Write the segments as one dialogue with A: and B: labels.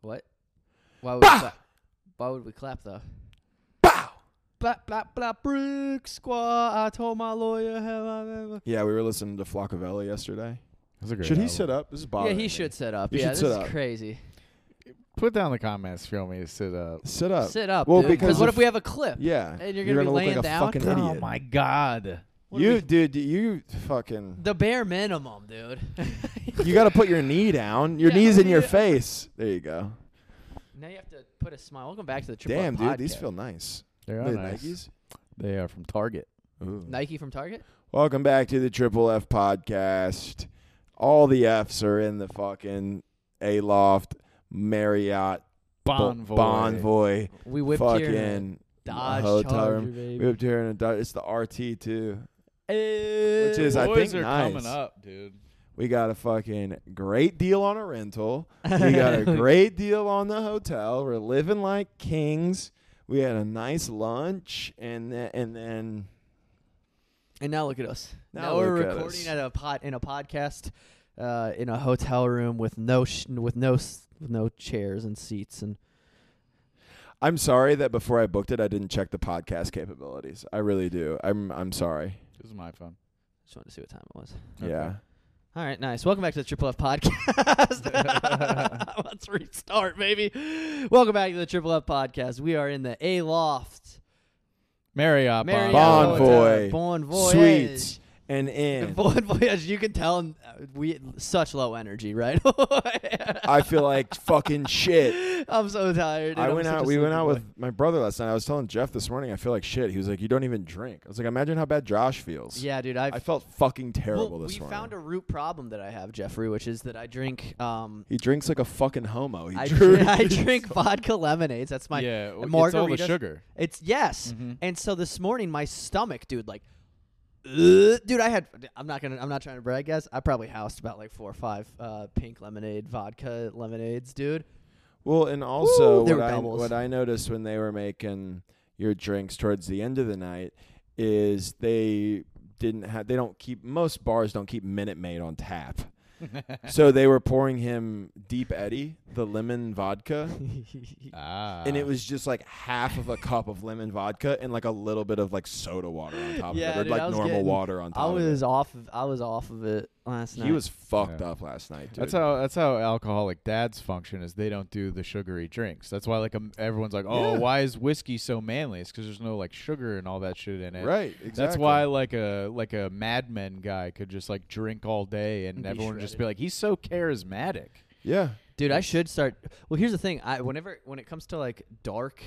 A: What? Why would we
B: Bah!
A: clap? Why would we clap though?
B: Bow.
A: Blap blap blap brick squad. I told my lawyer how
B: Yeah, we were listening to Flockavelli yesterday.
C: That's a great
B: Should he
C: album.
B: sit up? This is
A: I
B: bothering
A: Yeah, he
B: me.
A: should sit up.
B: You
A: yeah,
B: should
A: this
B: sit
A: is
B: up.
A: crazy.
C: Put down in the comments if you want me uh, to sit up.
B: sit up.
A: Sit up.
B: Well,
A: dude,
B: because
A: what
B: if-
A: if we have a clip?
B: Yeah,
A: And you're
B: you're
A: gonna be
B: gonna look
A: laying
B: like a
A: down?
B: fucking
C: Oh
B: idiot.
C: my god.
A: What
B: You,
A: if
B: dude, you fucking.
A: The bare minimum, dude.
B: You got to put your knee down. Your
A: Yeah,
B: knee's in your
A: yeah.
B: face. There you go.
A: now you have to put a smile. Welcome back to the Triple
B: Damn,
A: Up
B: dude, these
A: Podcast.
B: feel nice.
C: They
B: Are
C: are
B: they
C: nice.
B: Nikes?
C: They are from Target.
B: Ooh.
A: Nike from Target.
B: Welcome back to the Triple F podcast. All the Fs are in the fucking Aloft, Marriott, Bo-
C: Bonvoy.
B: Bonvoy,
A: We whipped here in
B: fucking
A: a Dodge
B: hotel
A: Charger,
B: room.
A: baby.
B: We up here in a Dodge. It's the RT too.
C: Which
B: is, I
C: boys
B: think,
C: are
B: nice.
C: coming up, dude.
B: We got a fucking great deal on a rental. We got a great deal on the hotel. We're living like kings. We had a nice lunch, and th- and then
A: And now look at us.
B: Now
A: Now, we're
B: look at
A: recording
B: us.
A: at, a pod in a podcast, uh, in a hotel room with no sh- with no s- with no chairs and seats and
B: I'm sorry that before I booked it, I didn't check the podcast capabilities. I really do. I'm I'm sorry.
C: This is my phone.
A: just wanted to see what time it was.
C: Okay.
B: Yeah.
A: All right, nice. Welcome back to the Triple F podcast. Let's restart, baby. Welcome back to the Triple F podcast. We are in the A Loft.
C: Marriott.
A: Marriott Hotel.
B: Bonvoy.
A: Bon
B: Sweets
A: Voyage.
B: and in.
A: Bon Voyage. You can tell uh, we such low energy, right?
B: I feel like fucking shit.
A: I'm so tired. dude.
B: I
A: I'm
B: went
A: such
B: out.
A: a
B: We went
A: sleepy
B: out
A: boy.
B: with my brother last night. I was telling Jeff this morning. I feel like shit. He was like, "You don't even drink." I was like, "Imagine how bad Josh feels."
A: Yeah, dude. I've
B: I felt fucking terrible
A: well,
B: this
A: we
B: morning.
A: found a root problem that I have, Jeffrey, which is that I drink um
B: he drinks like a fucking homo. He
A: I,
B: drinks.
A: dr- I drink vodka lemonades. That's my
C: yeah. well, It's all the
A: margaritas.
C: sugar.
A: It's yes.
C: Mhm.
A: And so this morning my stomach, dude, like ugh, dude, I had I'm not going to I'm not trying to brag, guys. I probably housed about like 4 or 5 uh pink lemonade vodka lemonades, dude.
B: Well, and also
A: Woo, they
B: what
A: were
B: I,
A: doubles.
B: what I noticed when they were making your drinks towards the end of the night is they didn't have they don't keep most bars don't keep Minute Maid on tap. so they were pouring him Deep Eddy, the lemon vodka,
C: Ah.
B: and it was just like half of a cup of lemon vodka and like a little bit of like soda water on top
A: Yeah,
B: of it, or
A: dude, I
B: like
A: was
B: normal
A: getting-
B: water on
A: I
B: top
A: was
B: of
A: off of, I was off of it last
B: it.
A: night.
B: He was fucked
C: Yeah.
B: up last night, dude.
C: That's how that's how alcoholic dads function is they don't do the sugary drinks. That's why like um, everyone's like, "Oh,
B: Yeah.
C: why is whiskey so manly?" It's cuz there's no like sugar and all that shit in it.
B: right, exactly.
C: That's why like a like a Mad Men guy could just like drink all day and
A: Be
C: everyone would just
A: shredded.
C: be like, "He's so charismatic."
B: Yeah.
A: Dude, I should start Well, here's the thing. I whenever when it comes to like dark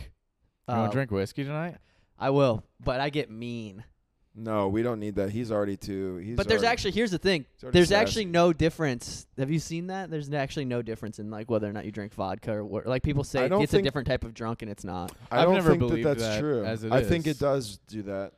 C: You want
A: uh,
C: to drink whiskey tonight?
A: I will, but I get mean.
B: No, we don't need that. He's already too. He's
A: but there's
B: already-
A: actually here's the thing.
B: It's already
A: There's
B: sassy.
A: actually no difference. Have you seen that? There's actually no difference in like whether or not you drink vodka or what. Like people
B: I
A: say
B: don't
A: it's a
B: think-
A: different type of drunk and it's not.
B: I
C: I've
B: don't
C: never
B: think
C: believed
B: that that's
C: that
B: true.
C: as it
B: I think
C: is.
B: it does do that.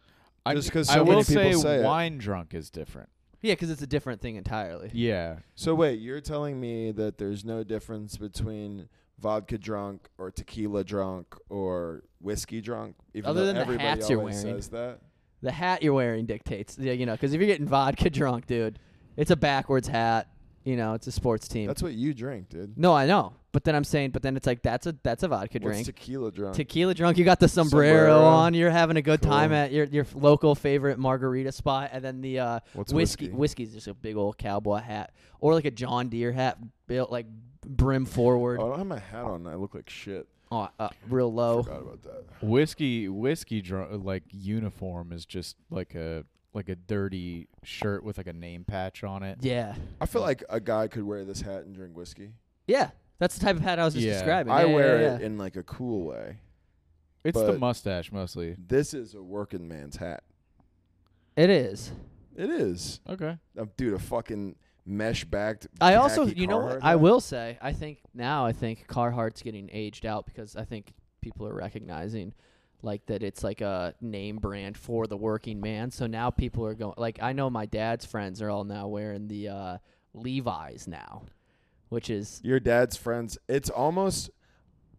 C: I-
B: Just 'cause
C: I
B: so
C: will
B: many
C: say
B: people say it.
C: wine drunk is different.
A: Yeah, because it's a different thing entirely.
C: Yeah.
B: So wait, you're telling me that there's no difference between vodka drunk or tequila drunk or whiskey drunk, even
A: Other
B: though
A: than the
B: everybody
A: hats you're
B: always
A: wearing.
B: says that.
A: The hat you're wearing dictates. Yeah, you know, because if you're getting vodka drunk, dude, it's a backwards hat. You know, it's a sports team.
B: That's what you drink, dude.
A: no, I know, but then I'm saying, but then it's like that's a that's a vodka
B: What's
A: drink.
B: tequila drunk?
A: Tequila drunk, you got the sombrero,
B: Sombrero.
A: on. You're having a good
B: Cool.
A: time at your your local favorite margarita spot, and then the uh,
B: What's
A: whiskey.
B: whiskey?
A: Whiskey's just a big old cowboy hat, or like a John Deere hat built like brim forward,
B: Oh, I don't have my hat on. I look like shit.
A: uh, uh, real
B: I
A: low.
B: Forgot about that.
C: Whiskey whiskey drunk like uniform is just like a like a dirty shirt with like a name patch on it.
A: Yeah,
B: I feel like a guy could wear this hat and drink whiskey.
A: yeah, that's the type of hat I was just
C: Yeah.
A: describing.
B: I
A: Yeah, yeah,
B: wear
A: yeah,
B: it
A: yeah.
B: in like a cool way.
C: It's the
B: But-
C: mustache mostly.
B: This is a working man's hat.
A: It is.
B: It is.
C: Okay.
B: Uh, dude, a fucking mesh backed.
A: I also, you know, what I will say, I think now I think Carhartt's getting aged out because I think people are recognizing like that it's like a name brand for the working man. So now people are going like I know my dad's friends are all now wearing the uh, Levi's now, which is
B: Your dad's friends. It's almost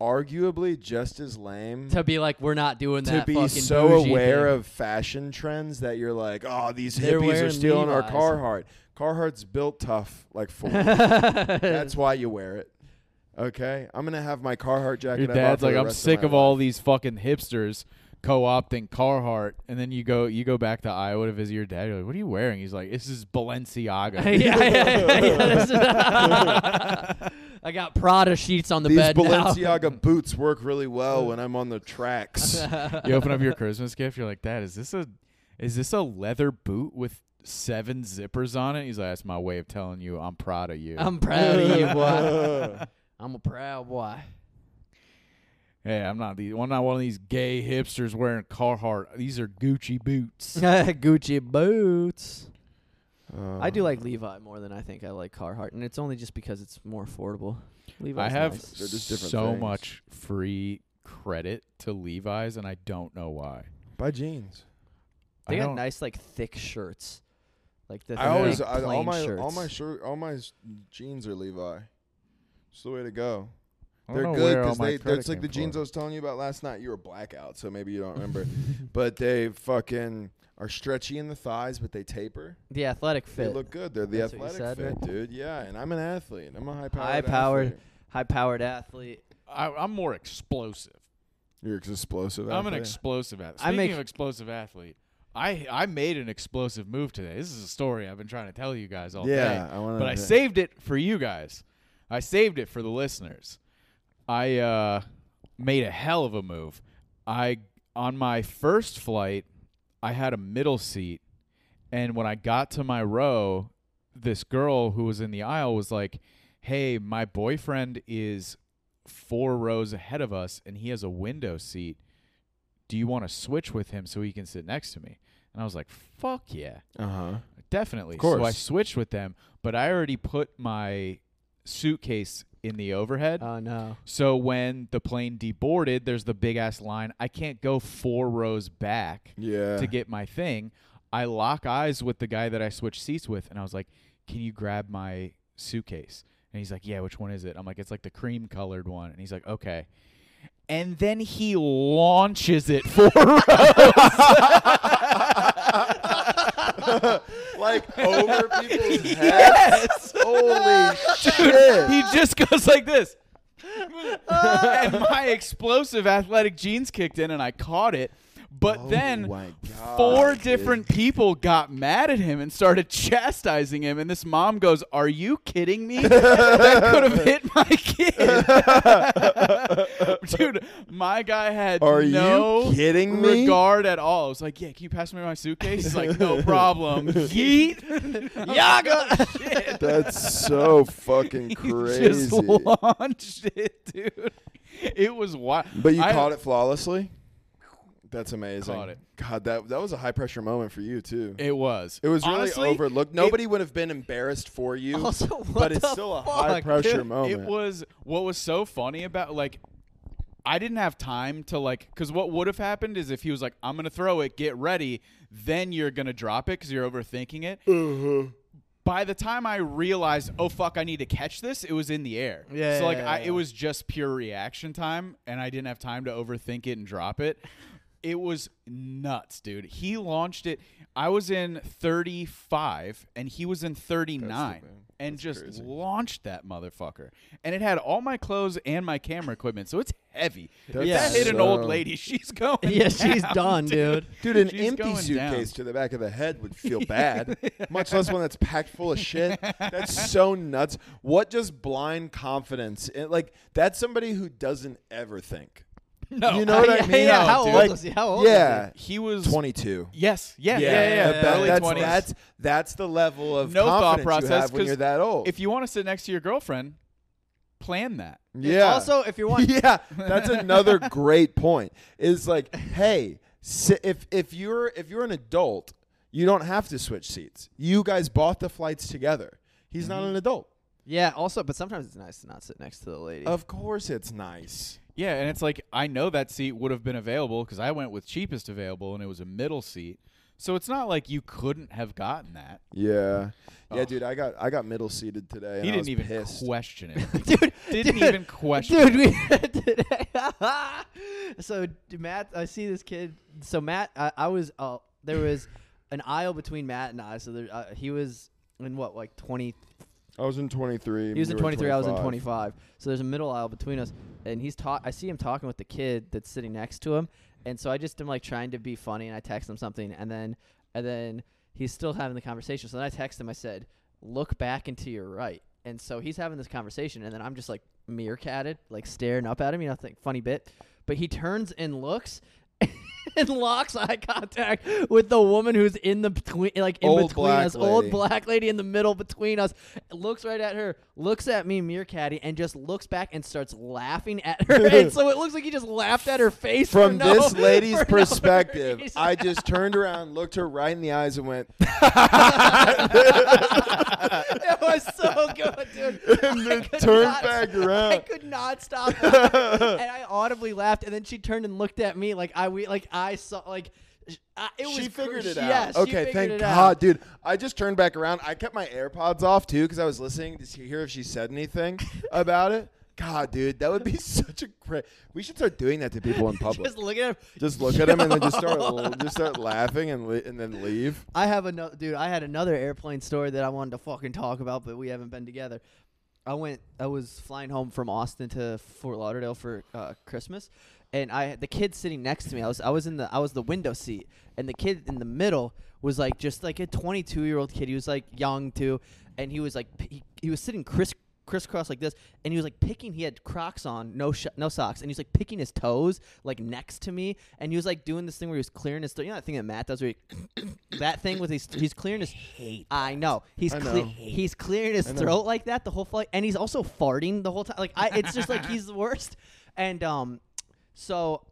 B: arguably just as lame
A: to be like we're not doing
B: to
A: that.
B: be
A: fucking
B: so
A: bougie
B: aware
A: thing.
B: of fashion trends that you're like, oh, these
A: They're
B: hippies are
A: wearing
B: stealing our
A: Levi's."
B: Carhartt. Carhartt's built tough, like for. That's why you wear it. Okay, I'm gonna have my Carhartt jacket.
C: Your
B: I've
C: dad's
B: offered
C: like,
B: the
C: I'm
B: rest
C: sick
B: my
C: of all
B: life."
C: these fucking hipsters co-opting Carhartt, and then you go you go back to Iowa to visit your dad. You're like, what are you wearing? He's like, this is
A: yeah,
C: Balenciaga.
A: yeah, yeah, yeah, this is- I got Prada sheets on the
B: These
A: bed
B: Balenciaga boots work really well when I'm on the tracks.
A: now.
C: you open up your Christmas gift. You're like, Dad, is this a is this a leather boot with seven zippers on it? He's like, that's my way of telling you I'm proud of you.
A: I'm proud of you, boy. I'm a proud boy.
C: hey, I'm not the I'm not one of these gay hipsters wearing Carhartt. These are Gucci boots.
A: Gucci boots.
B: Uh,
A: I do like Levi more than I think I like Carhartt, and it's only just because it's more affordable. Levi's
C: I have
A: nice.
B: They're just different
C: so
B: things.
C: much free credit to Levi's, and I don't know why.
B: buy jeans.
A: They
C: I
A: got
C: don't-
A: nice like thick shirts, like the
B: I
A: thick,
B: always
A: plain
B: I, all my
A: shirts.
B: all my shirt all my s- jeans are Levi. It's the way to go.
C: I don't
B: They're
C: know
B: good
C: where all
B: because
C: my
B: they
C: credit
B: it's like the
C: came
B: jeans I
C: from.
B: was telling you about last night. You were blackout, so maybe you don't remember. but they fucking are stretchy in the thighs, but they taper.
A: the athletic
B: They
A: fit,
B: look good. They're the
A: That's what you
B: athletic
A: said.
B: fit, dude. Yeah, and I'm an athlete. I'm a high powered.
A: High-powered. high powered athlete.
C: I, I'm more explosive.
B: You're ex- explosive.
C: I'm an
B: athlete.
C: explosive athlete.
A: I
C: Speaking
A: make-
C: of explosive athlete, I I made an explosive move today. This is a story I've been trying to tell you guys all
B: Yeah,
C: day.
B: I wanna
C: but I
B: hear-
C: saved it for you guys. I saved it for the listeners. I uh, made a hell of a move. I on my first flight, I had a middle seat, and when I got to my row, this girl who was in the aisle was like, "Hey, my boyfriend is four rows ahead of us, and he has a window seat. Do you want to switch with him so he can sit next to me?" And I was like, "Fuck yeah!"
B: Uh huh.
C: Definitely.
B: Of course.
C: So I switched with them, but I already put my suitcase in the overhead.
B: Uh.
A: Oh no,
C: so when the plane deboarded, there's the big ass line. I can't go four rows back
B: Yeah.
C: to get my thing. I lock eyes with the guy that I switched seats with, and I was like, "Can you grab my suitcase?" And he's like, "Yeah, which one is it?" I'm like, "It's like the cream colored one." And he's like, "Okay." And then he launches it four rows.
B: like over people's heads. Holy shit!
C: he just goes like this. and my explosive athletic jeans kicked in and I caught it. But
B: Oh
C: then
B: my God,
C: four
B: dude.
C: different people got mad at him and started chastising him. And this mom goes, Are you kidding me? that could have hit my kid. Dude, my guy had
B: Are you
C: no
B: kidding me?
C: regard at all. I was like, Yeah, can you pass me my suitcase? He's like, No problem. Yeet. Yaga. Shit.
B: That's so fucking
C: He
B: crazy.
C: just launched it, dude. It was wild.
B: But you
C: I-
B: caught it flawlessly. That's amazing.
C: Caught it.
B: God, that that was a high pressure moment for you too. It,
C: It was.
B: was
C: Honestly,
B: really overlooked. Nobody would have been embarrassed for you.
A: Also, what
B: but it's
A: the
B: still a
A: fuck,
B: high pressure
A: dude?
B: moment.
C: It was what was so funny about like I didn't have time to like cuz what would have happened is if he was like I'm going to throw it, get ready, then you're going to drop it cuz you're overthinking it.
A: Mm-hmm.
C: By the time I realized, "Oh fuck, I need to catch this," it was in the air.
A: Yeah,
C: So like
A: yeah,
C: I
A: yeah.
C: it was just pure reaction time and I didn't have time to overthink it and drop it. It was nuts, dude. He launched it. I was in 35 and he was in 39
B: man.
C: and just
B: crazy.
C: launched that motherfucker. And it had all my clothes and my camera equipment, so it's heavy.
B: That's
C: if that hit an old
B: so-
C: lady, she's going.
A: yeah, she's
C: down,
A: done, dude.
B: Dude, an
C: She's
B: empty
C: going down.
B: suitcase to the back of the head would feel bad, much less one that's packed full of shit. That's so nuts. What just blind confidence? It, like that's somebody who doesn't ever think.
C: No,
B: You know what I
A: yeah,
B: mean?
A: yeah, how
C: dude.
A: old
B: Like,
A: is he? How old?
B: yeah,
C: He was
B: twenty-two.
C: Yes, Oh, yeah, yeah, yeah.
B: that- that-
C: early
B: that's,
C: 20s.
B: that's that's the level of
C: no thought
B: confidence
C: process
B: you have when
C: 'cause
B: you're that old.
C: If you want to sit next to your girlfriend, plan that.
A: Is he?
B: yeah.
A: Also, if you're one,
B: yeah, that's another great point. Is like, hey, si- if if you're if you're an adult, you don't have to switch seats. You guys bought the flights together. He's not
A: Mm-hmm.
B: an adult.
A: yeah. Also, but sometimes it's nice to not sit next to the lady.
B: Of course, it's nice.
C: Yeah, and it's like I know that seat would have been available because I went with cheapest available, and it was a middle seat. So it's not like you couldn't have gotten that.
B: Yeah, yeah, dude. I got I got middle seated today.
C: he
B: and I was
C: didn't even
B: pissed.
C: question it.
A: dude
C: Didn't
A: dude,
C: even question
A: dude we today- so d- matt i see this kid so matt i, I was uh, there was an aisle between matt and i so there, uh, he was in what like 20
B: I was in 23.
A: He was in
B: you were
A: 23. I was in
B: 25.
A: 25. So there's a middle aisle between us, and he's ta I see him talking with the kid that's sitting next to him, and so I just am like trying to be funny, and I text him something, and then and then he's still having the conversation. So then I text him. I said, "Look back and to your right." And so he's having this conversation, and then I'm just like meerkatted, like staring up at him. You know, think funny bit. But he turns and looks. And locks eye contact with the woman who's in the between, like in
B: Old
A: between
B: black
A: us, old
B: lady.
A: black black lady in the middle between us looks right at her, looks at me, Meerkatty, and just looks back and starts laughing at her. and so it looks like he just laughed at her face. for
B: From
A: no-
B: this lady's
A: for no
B: perspective,
A: reason.
B: I just turned around, looked her right in the eyes, and went,
A: it was so good, dude.
B: And
A: I
B: then
A: could
B: turned
A: not-
B: back
A: I
B: around.
A: could not stop, laughing. and I audibly laughed. And then she turned and looked at me like I we like I saw like. sh- I, it was
B: she
A: cr-
B: figured it
A: yeah,
B: out.
A: she
B: okay,
A: figured
B: thank
A: it out.
B: God, dude. I just turned back around. I kept my AirPods off too because I was listening to see- hear if she said anything about it. God, dude, that would be such a great. We should start doing that to people in public.
A: Just look at him.
B: Just look at him and then just start just start laughing and li- and then leave.
A: I have another dude. I had another airplane story that I wanted to fucking talk about, but we haven't been together. I went. I was flying home from Austin to Fort Lauderdale for uh, Christmas, and I had the kid sitting next to me. I was I was in the I was the window seat, and the kid in the middle was like just like a 22 year old kid. He was like young too, and he was like p- he, he was sitting criss crisscross like this, and he was like picking. He had Crocs on, no sh- no socks, and he was like picking his toes like next to me, and he was like doing this thing where he was clearing his. Th- you know that thing that Matt does, where he that thing with his he's clearing his. I know he's
B: I
A: cle-
B: know.
A: he's clearing his throat like that the whole flight, and he's also farting the whole time. Like I, it's just like he's the worst. And um, so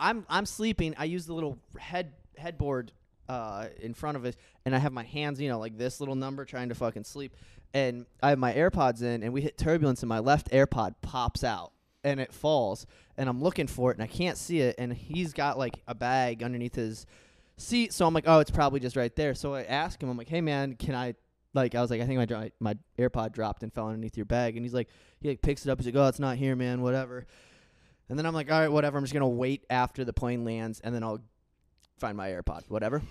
A: I'm I'm sleeping. I use the little head headboard uh in front of it, and I have my hands, you know, like this little number, trying to fucking sleep. And I have my AirPods in, and we hit turbulence, and my left AirPod pops out, and it falls, and I'm looking for it, and I can't see it, and he's got like a bag underneath his seat, so I'm like, oh, it's probably just right there. So I ask him, I'm like, hey man, can I? Like I was like, I think my dro- my AirPod dropped and fell underneath your bag, and he's like, he like picks it up, he's like, oh, it's not here, man, whatever. And then I'm like, all right, whatever. I'm just gonna wait after the plane lands, and then I'll find my AirPod, whatever.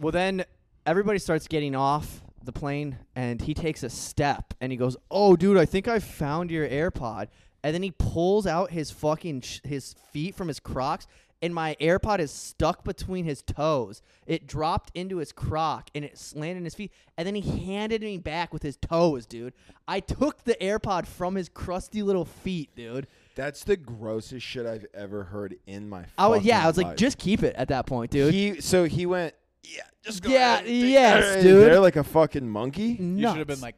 A: Well, then everybody starts getting off the plane, and he takes a step, and he goes, "Oh, dude, I think I found your AirPod." And then he pulls out his fucking sh- his feet from his Crocs, and my AirPod is stuck between his toes. It dropped into his Croc, and it slanted in his feet. And then he handed me back with his toes, dude. I took the AirPod from his crusty little feet, dude.
B: That's the grossest shit I've ever heard in my.
A: I was yeah,
B: fucking
A: I was like,
B: life.
A: just keep it at that point, dude.
B: He so he went. Yeah, just go
A: Yeah,
B: ahead and take
A: yes,
B: that." And
A: dude.
B: They're like a fucking monkey.
C: You should have been
A: Nuts.
C: like,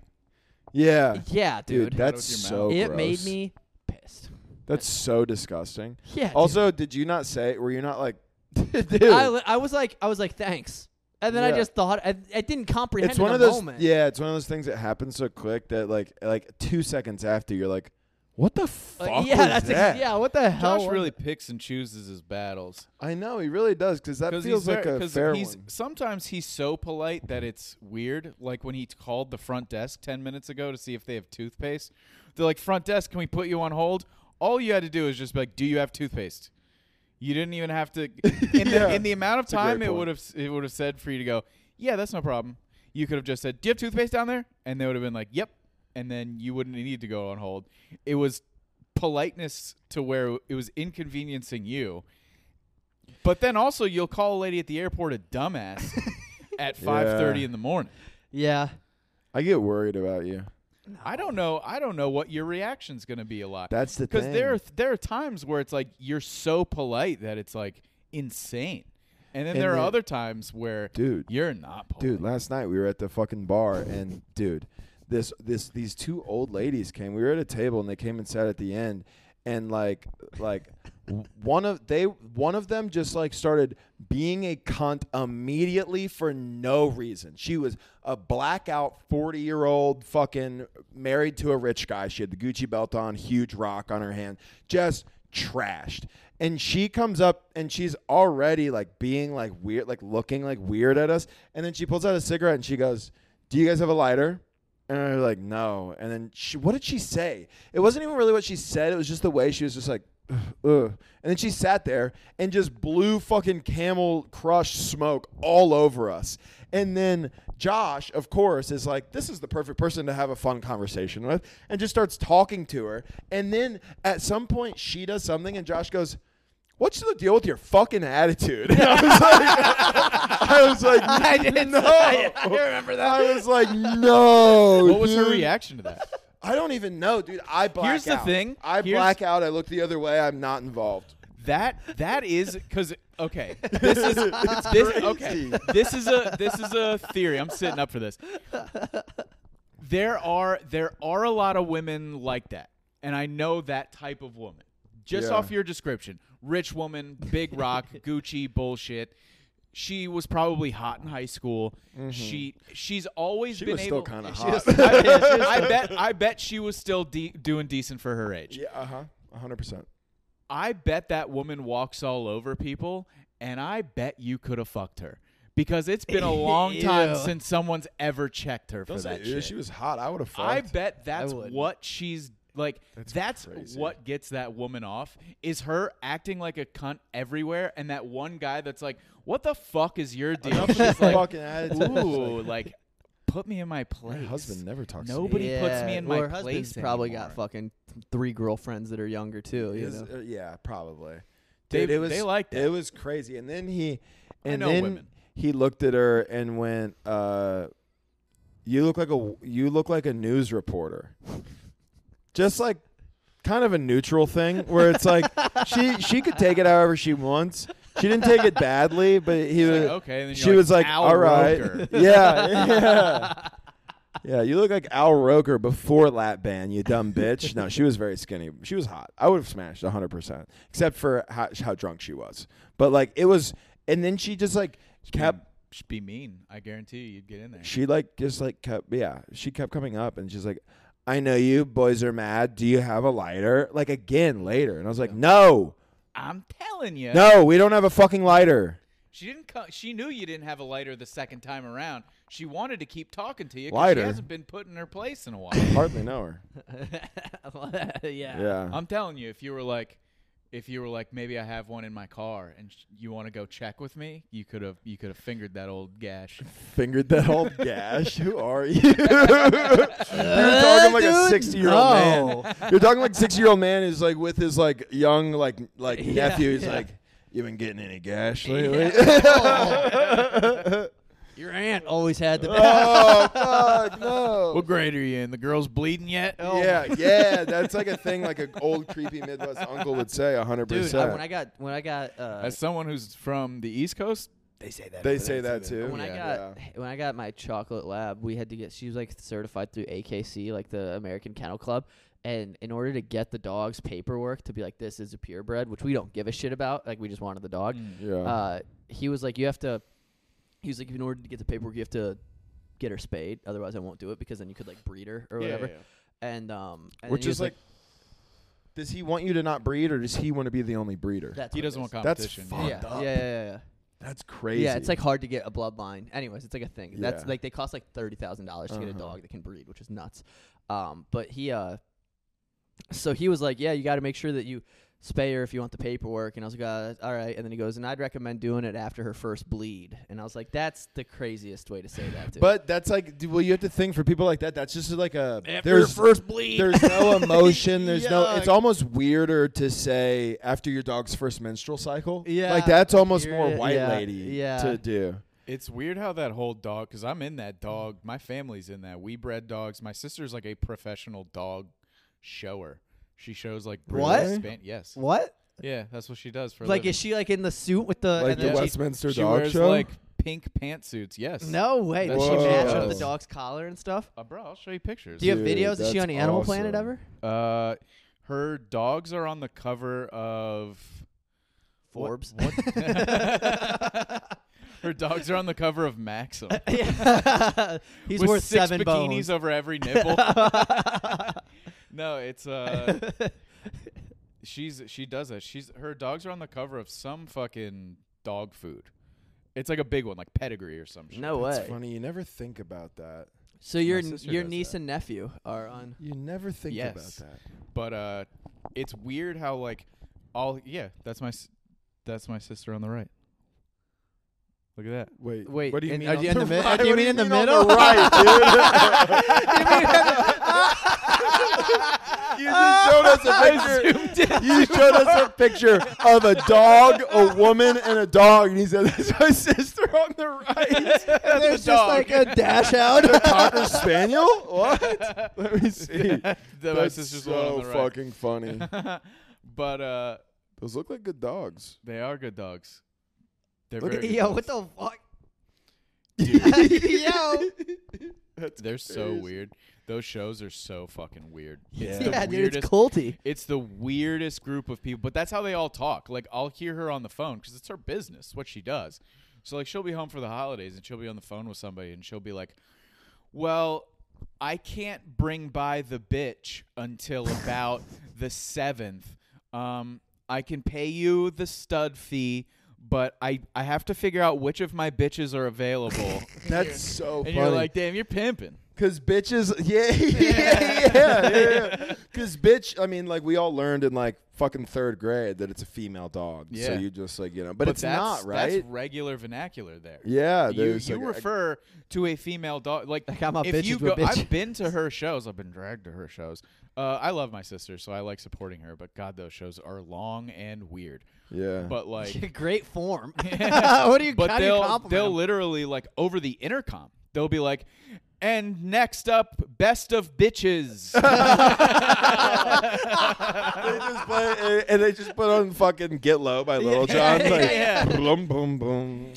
B: Yeah,
A: yeah,
B: dude,
A: dude.
B: that's
C: with your
B: so.
A: it
B: gross.
A: made me pissed.
B: That's so disgusting.
A: Yeah. dude.
B: Also, did you not say? Were you not like, dude?
A: I, li- I was like, I was like, thanks, and then I
B: Yeah.
A: just thought I, I didn't comprehend.
B: it's one
A: in
B: of
A: the
B: those.
A: Moment.
B: Yeah, it's one of those things that happens so quick that like like two seconds after you're like, what the fuck?
A: Like, yeah,
B: was
A: that's ex-
B: that?
A: yeah. What the hell?
C: Josh
A: was-
C: really picks and chooses his battles.
B: I know he really does because that
C: Because
B: feels
C: he's
B: like
C: very-
B: a
C: 'cause
B: fair
C: he's,
B: one.
C: Sometimes he's so polite that it's weird. Like when he t- called the front desk ten minutes ago to see if they have toothpaste. They're like, "Front desk, can we put you on hold?" All you had to do is just be like, "Do you have toothpaste?" You didn't even have to. In,
B: Yeah.
C: the, in the amount of
B: a great
C: time it
B: point.
C: would have it would have said for you to go, "Yeah, that's no problem." You could have just said, "Do you have toothpaste down there?" And they would have been like, "Yep," and then you wouldn't need to go on hold. It was politeness to where it was inconveniencing you. But then also you'll call a lady at the airport a dumbass at
B: Yeah.
C: 5:30 in the morning.
A: Yeah.
B: I get worried about you.
C: I don't know. I don't know what your reaction's going to be a lot.
B: That's the
C: Because
B: thing.
C: there are there are times where it's like you're so polite that it's like insane, and then
B: And
C: there are
B: the-
C: other times where
B: Dude.
C: you're not polite.
B: Dude, last night we were at the fucking bar, and dude, this this these two old ladies came. We were at a table, and they came and sat at the end, and like like w- one of they one of them just like started being a cunt immediately for no reason. She was a blackout forty year old fucking married to a rich guy. She had the Gucci belt on, huge rock on her hand, just trashed. And she comes up and she's already like being like weird, like looking like weird at us. And then she pulls out a cigarette and she goes, Do you guys have a lighter? And I was like, No. And then she, what did she say? It wasn't even really what she said. It was just the way she was just like, ugh. And then she sat there and just blew fucking camel crush smoke all over us. And then Josh, of course, is like, this is the perfect person to have a fun conversation with, and just starts talking to her. And then at some point, she does something, and Josh goes, What's the deal with your fucking attitude? And I was like, I was like,
A: I didn't-
B: no.
A: I- I remember that.
B: I was like, no.
C: What was her
B: dude."
C: reaction to that?
B: I don't even know, dude. I black
C: Here's the
B: out.
C: thing.
B: I
C: Here's-
B: black out. I look the other way. I'm not involved.
C: That that is because okay, this is this okay.
B: crazy.
C: This is a this is a theory. I'm sitting up for this. There are there are a lot of women like that, and I know that type of woman. Just
B: Yeah.
C: off your description, rich woman, big rock, Gucci bullshit. She was probably hot in high school. She she's always
B: Mm-hmm. She
C: been
B: was still
C: able.
B: kinda
C: she
B: hot.
C: was- I, bet- I bet I bet she was still de- doing decent for her age.
B: Yeah, uh huh. 100%.
C: I bet that woman walks all over people, and I bet you could have fucked her because it's been a long time
A: Ew.
C: since someone's ever checked her
B: Don't
C: for
B: say
C: that
B: ew,
C: shit.
B: she was hot. I would have fucked.
C: I bet that's
A: wouldn't.
C: what she's like.
B: That's
C: That's,
B: crazy.
C: what gets that woman off is her acting like a cunt everywhere, and that one guy that's like, "What the fuck is your deal?"
B: Enough
C: She's
B: of your
C: like,
B: fucking attitude.
C: "Ooh, like." Put me in my
B: My
C: place.
B: husband never talks
C: Nobody
A: yeah.
C: puts me in
A: well,
C: my
A: her
C: place.
A: husband's probably got
C: anymore.
A: fucking three girlfriends that are younger too.
B: to me.
A: You
B: His-
A: know?
B: uh, yeah, probably.
C: They-
B: Dude, it was,
C: they like that.
B: It was crazy. And then he,
C: I
B: and
C: know
B: then
C: women.
B: he looked at her and went, uh, "You look like a you look like a news reporter." Just like kind of a neutral thing where it's like she she could take it however she wants. She didn't take it badly, but he
C: It's
B: was
C: like, okay. And then
B: she
C: you're
B: was like,
C: "Al
B: "All right,
C: Roker."
B: yeah, yeah, yeah." You look like Al Roker before lap ban, you dumb bitch. No, she was very skinny. She was hot. I would have smashed 100, percent except for how, how drunk she was. But like, it was, and then she just like kept.
C: Just be mean. I guarantee you, you'd get in there.
B: She like just like kept. Yeah, she kept coming up, and she's like. I know you boys are mad. Do you have a lighter? Like again later, and I was like, "No,
C: I'm telling you.
B: no, we don't have a fucking lighter."
C: She didn't. Co- she knew you didn't have a lighter the second time around. She wanted to keep talking to you. 'cause
B: Lighter?
C: She hasn't been put in her place in a while.
B: Hardly know her. Yeah,
C: I'm telling you, if you were like, if you were like, maybe I have one in my car, and sh- you want to go check with me, you could have. You could have fingered that old gash.
B: fingered that old gash. Who are you? You're talking
A: Uh,
B: like a
A: dude, Oh.
B: sixty year old
A: no.
B: man. You're talking like sixty year old man who's like with his like young like like
A: Yeah,
B: nephew. He's
A: yeah.
B: like, you been getting any gash lately?
A: Your aunt always had the
B: oh fuck no.
C: what grade are you in? The girl's bleeding yet? Oh
B: yeah, yeah, that's like a thing like an old creepy Midwest uncle would say. hundred
A: dude. I, when I
B: percent.
A: got when I got uh,
C: As someone who's from the East Coast, they say that.
B: They
C: over
B: say
C: there,
B: that too.
A: when I
B: Yeah.
A: got when I got my chocolate lab, we had to get she was like certified through AKC, like the American Kennel Club. And in order to get the dog's paperwork to be like this is a purebred, which we don't give a shit about, like we just wanted the dog.
B: Yeah.
A: Uh, he was like, you have to. He was like, in order to get the paperwork, you have to get her spayed. Otherwise, I won't do it because then you could like breed her or
C: Yeah,
A: whatever.
C: yeah, yeah.
A: And um, and
B: Which
A: he was
B: is like, does he want you to not breed, or does he want to be the only breeder?
A: that's
C: He
A: what it
C: doesn't want
A: is.
B: That's
C: competition.
B: fucked
A: Yeah,
B: up.
A: yeah, yeah, yeah, yeah.
B: That's crazy.
A: Yeah, it's like hard to get a bloodline. Anyways, it's like a thing. That's
B: Yeah.
A: like they cost like thirty thousand dollars to get
B: Uh-huh.
A: a dog that can breed, which is nuts. Um, but he uh, so he was like, yeah, you got to make sure that you spay her if you want the paperwork. And I was like, uh, all right. And then he goes, and I'd recommend doing it after her first bleed. And I was like, that's the craziest way to say that. Dude.
B: But that's like, d- well, you have to think for people like that. That's just like a
A: After your
B: there's
A: first bleed.
B: There's no emotion. There's no. It's
A: Yuck.
B: almost weirder to say after your dog's first menstrual cycle.
A: Yeah,
B: like that's almost
A: you're-
B: more white
A: yeah,
B: lady
A: yeah.
B: to do.
C: It's weird how that whole dog, because I'm in that dog. My family's in that. We bred dogs. My sister's like a professional dog shower. She shows like breeds.
A: What?
C: Span- yes.
A: what?
C: Yeah, that's what she does for. a
A: Like,
C: living.
A: is she like in the suit with the?
B: Like
A: and
B: the
A: then
C: Yeah.
A: she-
B: Westminster
C: she
B: Dog
C: wears
B: Show?
C: like pink pantsuits. Yes.
A: no way. Does she
B: Whoa.
A: match up the
B: Yes.
A: dog's collar and stuff?
C: Uh, bro, I'll show you pictures.
A: Do you have
B: Dude,
A: videos? Is she
B: that's
A: on Animal Planet
B: awesome.
A: ever?
C: uh, her dogs are on the cover of what-
A: Forbes.
C: What? her dogs are on the cover of Maxim.
A: Yeah. He's
C: with
A: worth
C: six
A: seven
C: bikinis
A: bones.
C: over every nipple. no, it's uh, she's she does that. She's her dogs are on the cover of some fucking dog food. It's like a big one, like pedigree or some shit.
A: no
B: That's
A: way.
B: funny. You never think about that.
A: So your
C: sister
A: your
C: does
A: niece
C: that.
A: and nephew are on.
B: You never think
C: Yes.
B: about that.
C: but uh, it's weird how like all yeah, that's my s- that's my sister on the right. Look at that.
B: Wait,
D: Wait,
B: what do you
D: and
B: mean?
D: are
B: on
D: you in
B: the
D: the mid-
B: right?
D: do you
B: What
D: mean in the
B: on
D: middle?
B: right, dude? you just showed us a picture. You showed us a picture of a dog, a woman, and a dog, and he said, "That's my sister on the right."
D: There's just
C: dog.
D: like a dash out.
B: Cocker spaniel? What? Let me see.
C: That my
B: That's
C: sister's one
B: so
C: on the right.
B: fucking funny.
C: but uh,
B: Those look like good dogs.
C: they are good dogs. They're
B: Look
C: very.
D: Yo, what the fuck? Yo.
B: That's
C: They're so
B: crazy.
C: weird. Those shows are so fucking weird.
B: Yeah.
C: It's the
D: Yeah, dude,
C: weirdest.
D: it's culty.
C: It's the weirdest group of people, but that's how they all talk. Like I'll hear her on the phone because it's her business, what she does. So like she'll be home for the holidays and she'll be on the phone with somebody and she'll be like, "Well, I can't bring by the bitch until about the seventh. Um, I can pay you the stud fee, but I I have to figure out which of my bitches are available."
B: That's so
C: and
B: funny.
C: you're like, "Damn, you're pimping."
B: Cause bitches, yeah, yeah, yeah, yeah. Cause bitch, I mean, like we all learned in like fucking third grade that it's a female dog. So
C: Yeah.
B: you just like you know, but, it's
C: that's,
B: not
C: That's
B: right.
C: regular vernacular there.
B: yeah,
C: you,
B: there's
C: you
B: like a-
C: refer to a female dog like,
D: Like, I'm a
C: if
D: bitch
C: you
D: into a
C: go-
D: bitch.
C: I've been to her shows. I've been dragged to her shows. Uh, I love my sister, so I like supporting her. But God, those shows are long and weird.
B: yeah,
C: But like,
A: Great form.
D: what do you?
C: but
D: how do you
C: they'll
D: compliment
C: they'll
D: him?
C: literally like over the intercom. They'll be like, and next up, best of bitches.
B: they just play, and they just put on fucking "Get Low" by Little John. Like,
C: yeah.
B: boom, boom, boom.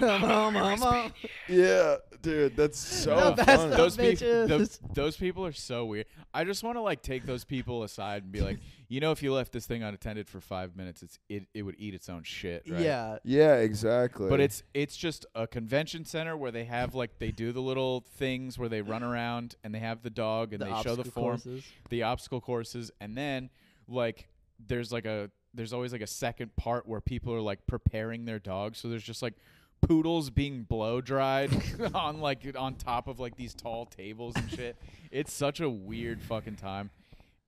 D: Mom, mom, mom.
B: Yeah, dude, that's so
D: No, that's
B: funny.
D: not-
C: those people,
D: bitches.
C: those, those people are so weird. I just want to like take those people aside and be like, you know, if you left this thing unattended for five minutes, it's it, it would eat its own shit. Right?
D: Yeah.
B: yeah, exactly.
C: But it's it's just a convention center where they have like they do the little things where they run around and they have the dog and
A: The
C: they show the
A: obstacle
C: form,
A: courses.
C: the obstacle courses, and then like there's like a there's always like a second part where people are like preparing their dogs. So there's just like poodles being blow dried on like on top of like these tall tables and shit. It's such a weird fucking time.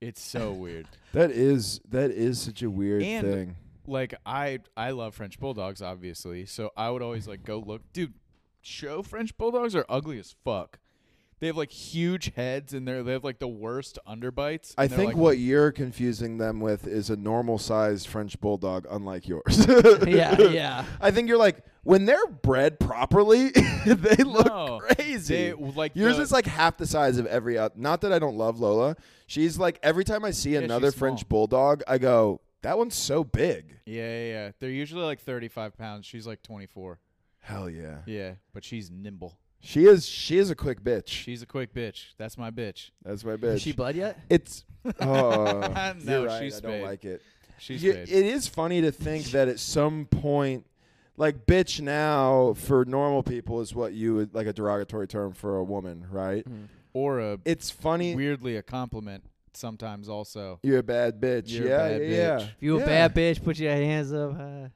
C: It's so weird.
B: that is that is such a weird
C: And-
B: thing.
C: like I I love French bulldogs, obviously. So I would always like go look, dude. Show French bulldogs are ugly as fuck. They have like huge heads and they're they have like the worst underbites.
B: I
C: and they're,
B: think
C: like,
B: what you're confusing them with is a normal sized French bulldog, unlike yours.
A: yeah, yeah.
B: I think you're like when they're bred properly, they look
C: No.
B: crazy.
C: They- like
B: Yours
C: the-
B: is like half the size of every other. Not that I don't love Lola. She's like every time I see another
C: she's small.
B: French bulldog, I go, "That one's so big."
C: yeah yeah yeah. They're usually like thirty five pounds. She's like twenty four.
B: Hell yeah.
C: Yeah, but she's nimble.
B: She is. She is a quick bitch.
C: She's a quick bitch. That's my bitch.
B: That's my bitch.
A: Is she blood yet?
B: it's. Oh,
C: No,
B: you're right,
C: she's
B: I don't
C: spayed.
B: like it.
C: She's
B: Yeah,
C: big.
B: it is funny to think that at some point, like bitch now for normal people is what you would like a derogatory term for a woman, right?
C: Mm-hmm. or a
B: It's funny.
C: weirdly a compliment sometimes also.
B: You're a bad bitch.
C: You're a
B: yeah,
C: bad
B: yeah,
C: bitch.
B: yeah.
A: If you a
B: Yeah.
A: bad bitch, put your hands up high.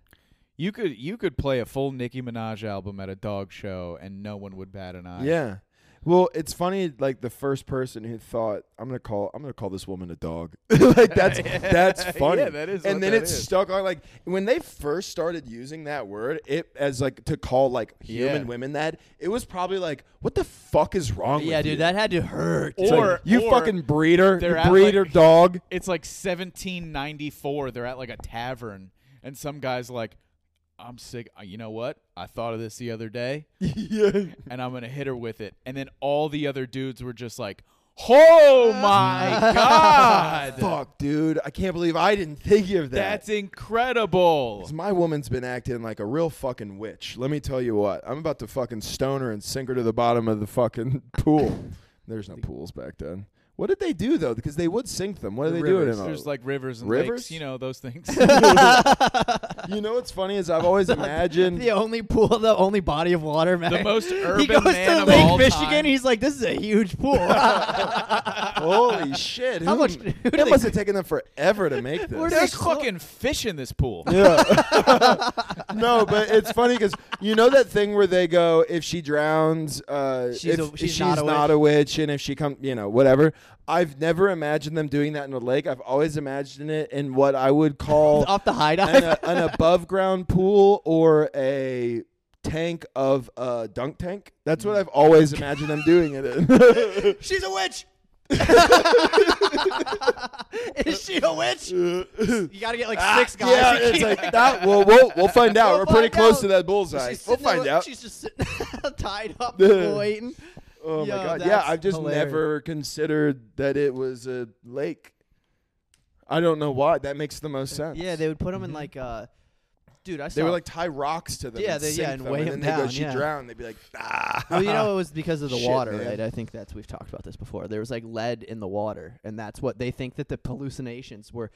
C: You could you could play a full Nicki Minaj album at a dog show and no one would bat an eye.
B: Yeah. Well, it's funny. Like the first person who thought I'm gonna call I'm gonna call this woman a dog. like that's that's funny.
C: Yeah, that is
B: And
C: what
B: then
C: that
B: it's
C: is.
B: stuck on like when they first started using that word, it as like to call like human
C: Yeah.
B: women that it was probably like what the fuck is wrong?
A: Yeah,
B: with
A: dude,
B: you?
A: that had to hurt.
B: It's like,
C: Or-
B: you
C: or
B: fucking breeder,
C: they're
B: you
C: at,
B: breeder
C: like-
B: dog.
C: it's like 1794 they're at like a tavern and some guy's like i'm sick Uh, you know what i thought of this the other day
B: yeah.
C: and i'm gonna hit her with it and then all the other dudes were just like oh my god
B: Fuck, dude. I can't believe I didn't think of that.
C: that's incredible
B: 'Cause my woman's been acting like a real fucking witch. Let me tell you what. I'm about to fucking stone her and sink her to the bottom of the fucking pool. There's no pools back then. What did they do though? Because they would sink them. What are they doing? In
C: there's
B: all-
C: like rivers and
B: Rivers?
C: lakes you know those things
B: you know what's funny is I've always imagined.
A: The only pool, the only body of water. man.
C: most
A: he
C: urban
A: goes
C: man
A: to
C: of
A: Lake
C: all
A: Michigan.
C: time.
A: He's like, this is a huge pool. Where
B: Holy shit!
A: How
B: who-
A: much- who do
B: It
A: they-
B: must have taken them forever to make this.
A: do they
C: there's
A: clo-
C: fucking fish in this pool
B: Yeah. no, but it's funny because you know that thing where they go, if she drowns, uh,
A: She's
B: if
A: a- she's
B: she's
A: not a
B: not a witch, and if she comes, you know, whatever. I've never imagined them doing that in a lake. I've always imagined it in what I would call
A: off the high dive.
B: an, an above ground pool or a tank of a uh, dunk tank. That's
A: Mm.
B: what I've always imagined them doing it in.
D: She's a witch. Is she a witch?
A: you gotta get like six guys.
B: Ah, yeah,
A: You
B: it's
A: can't-
B: like that. We'll we'll, we'll find out.
A: We'll
B: We're pretty
A: find
B: close
A: out.
B: to that bullseye.
A: She's
B: We'll
A: sitting there
B: find
A: with-
B: out.
A: She's just sitting tied up,
B: Yeah.
A: waiting.
B: Oh
A: Yo,
B: my god! Yeah,
A: that's
B: I've just
A: hilarious.
B: never considered that it was a lake. I don't know why. That makes the most sense.
A: Yeah, they would put them in like, uh, dude, I saw.
B: Mm-hmm. They would like tie rocks to them.
A: Yeah,
B: and
A: they- yeah,
B: sink
A: and
B: them,
A: weigh
B: and
A: them
B: then They
A: down,
B: go, she
A: yeah.
B: drowned. They'd be like, ah.
A: Well, you know, it was because of the
B: Shit,
A: water,
B: man.
A: right? I think that's we've talked about this before. There was like lead in the water, and that's what they think that the hallucinations were.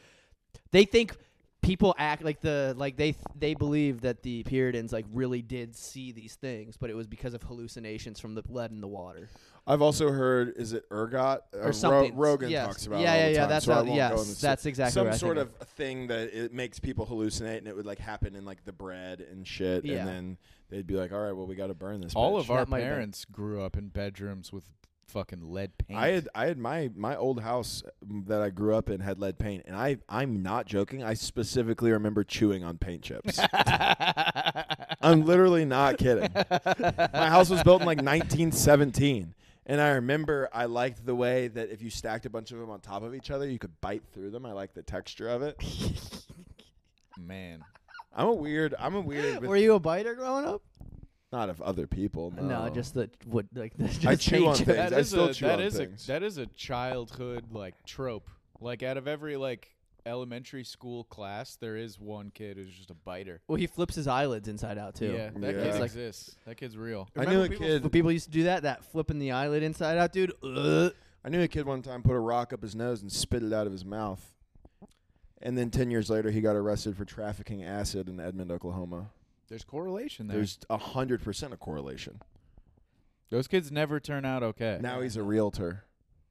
A: They think people act like the like they they believe that the Puritans like really did see these things, but it was because of hallucinations from the lead in the water.
B: I've also heard, is it ergot Uh,
A: Or something.
B: Rogan
A: Yes.
B: talks about. it
A: Yeah,
B: all
A: yeah,
B: the
A: yeah,
B: time,
A: that's
B: so I
A: how-
B: won't go
A: yes,
B: into-
A: that's exactly
B: some
A: what I
B: sort
A: think
B: of a thing that it makes people hallucinate, and it would like happen in like the bread and shit,
A: Yeah.
B: and then they'd be like, all right, well, we got to burn this.
C: All
B: bitch."
C: of our
A: That might have been-
C: parents grew up in bedrooms with fucking lead paint.
B: I had I had my my old house mm, that I grew up in had lead paint, and I I'm not joking. I specifically remember chewing on paint chips. I'm literally not kidding. My house was built in like 1917, and I remember I liked the way that if you stacked a bunch of them on top of each other, you could bite through them. I liked the texture of it.
C: man.
B: I'm a weird. I'm a weird.
A: Were
B: With,
A: you a biter growing up?
B: not of other people. No,
A: No, just the would like the, just
B: I chew on
A: paint-
B: things.
C: That
B: I
C: is
B: still
C: a
B: chew
C: that
B: on
C: is
B: things.
C: a that is a childhood like trope. Like out of every like elementary school class, there is one kid who's just a biter.
A: Well, he flips his eyelids inside out too.
C: Yeah,
B: Yeah.
C: that
B: It's
C: kid
A: like-
C: exists. That kid's real.
B: I knew a
A: people,
B: kid.
A: People used to do that. That flipping the eyelid inside out, dude. Ugh.
B: I knew a kid one time put a rock up his nose and spit it out of his mouth. And then 10 years later, he got arrested for trafficking acid in Edmond, Oklahoma.
C: There's correlation there.
B: There's a 100% a correlation.
C: Those kids never turn out okay.
B: Now he's a realtor.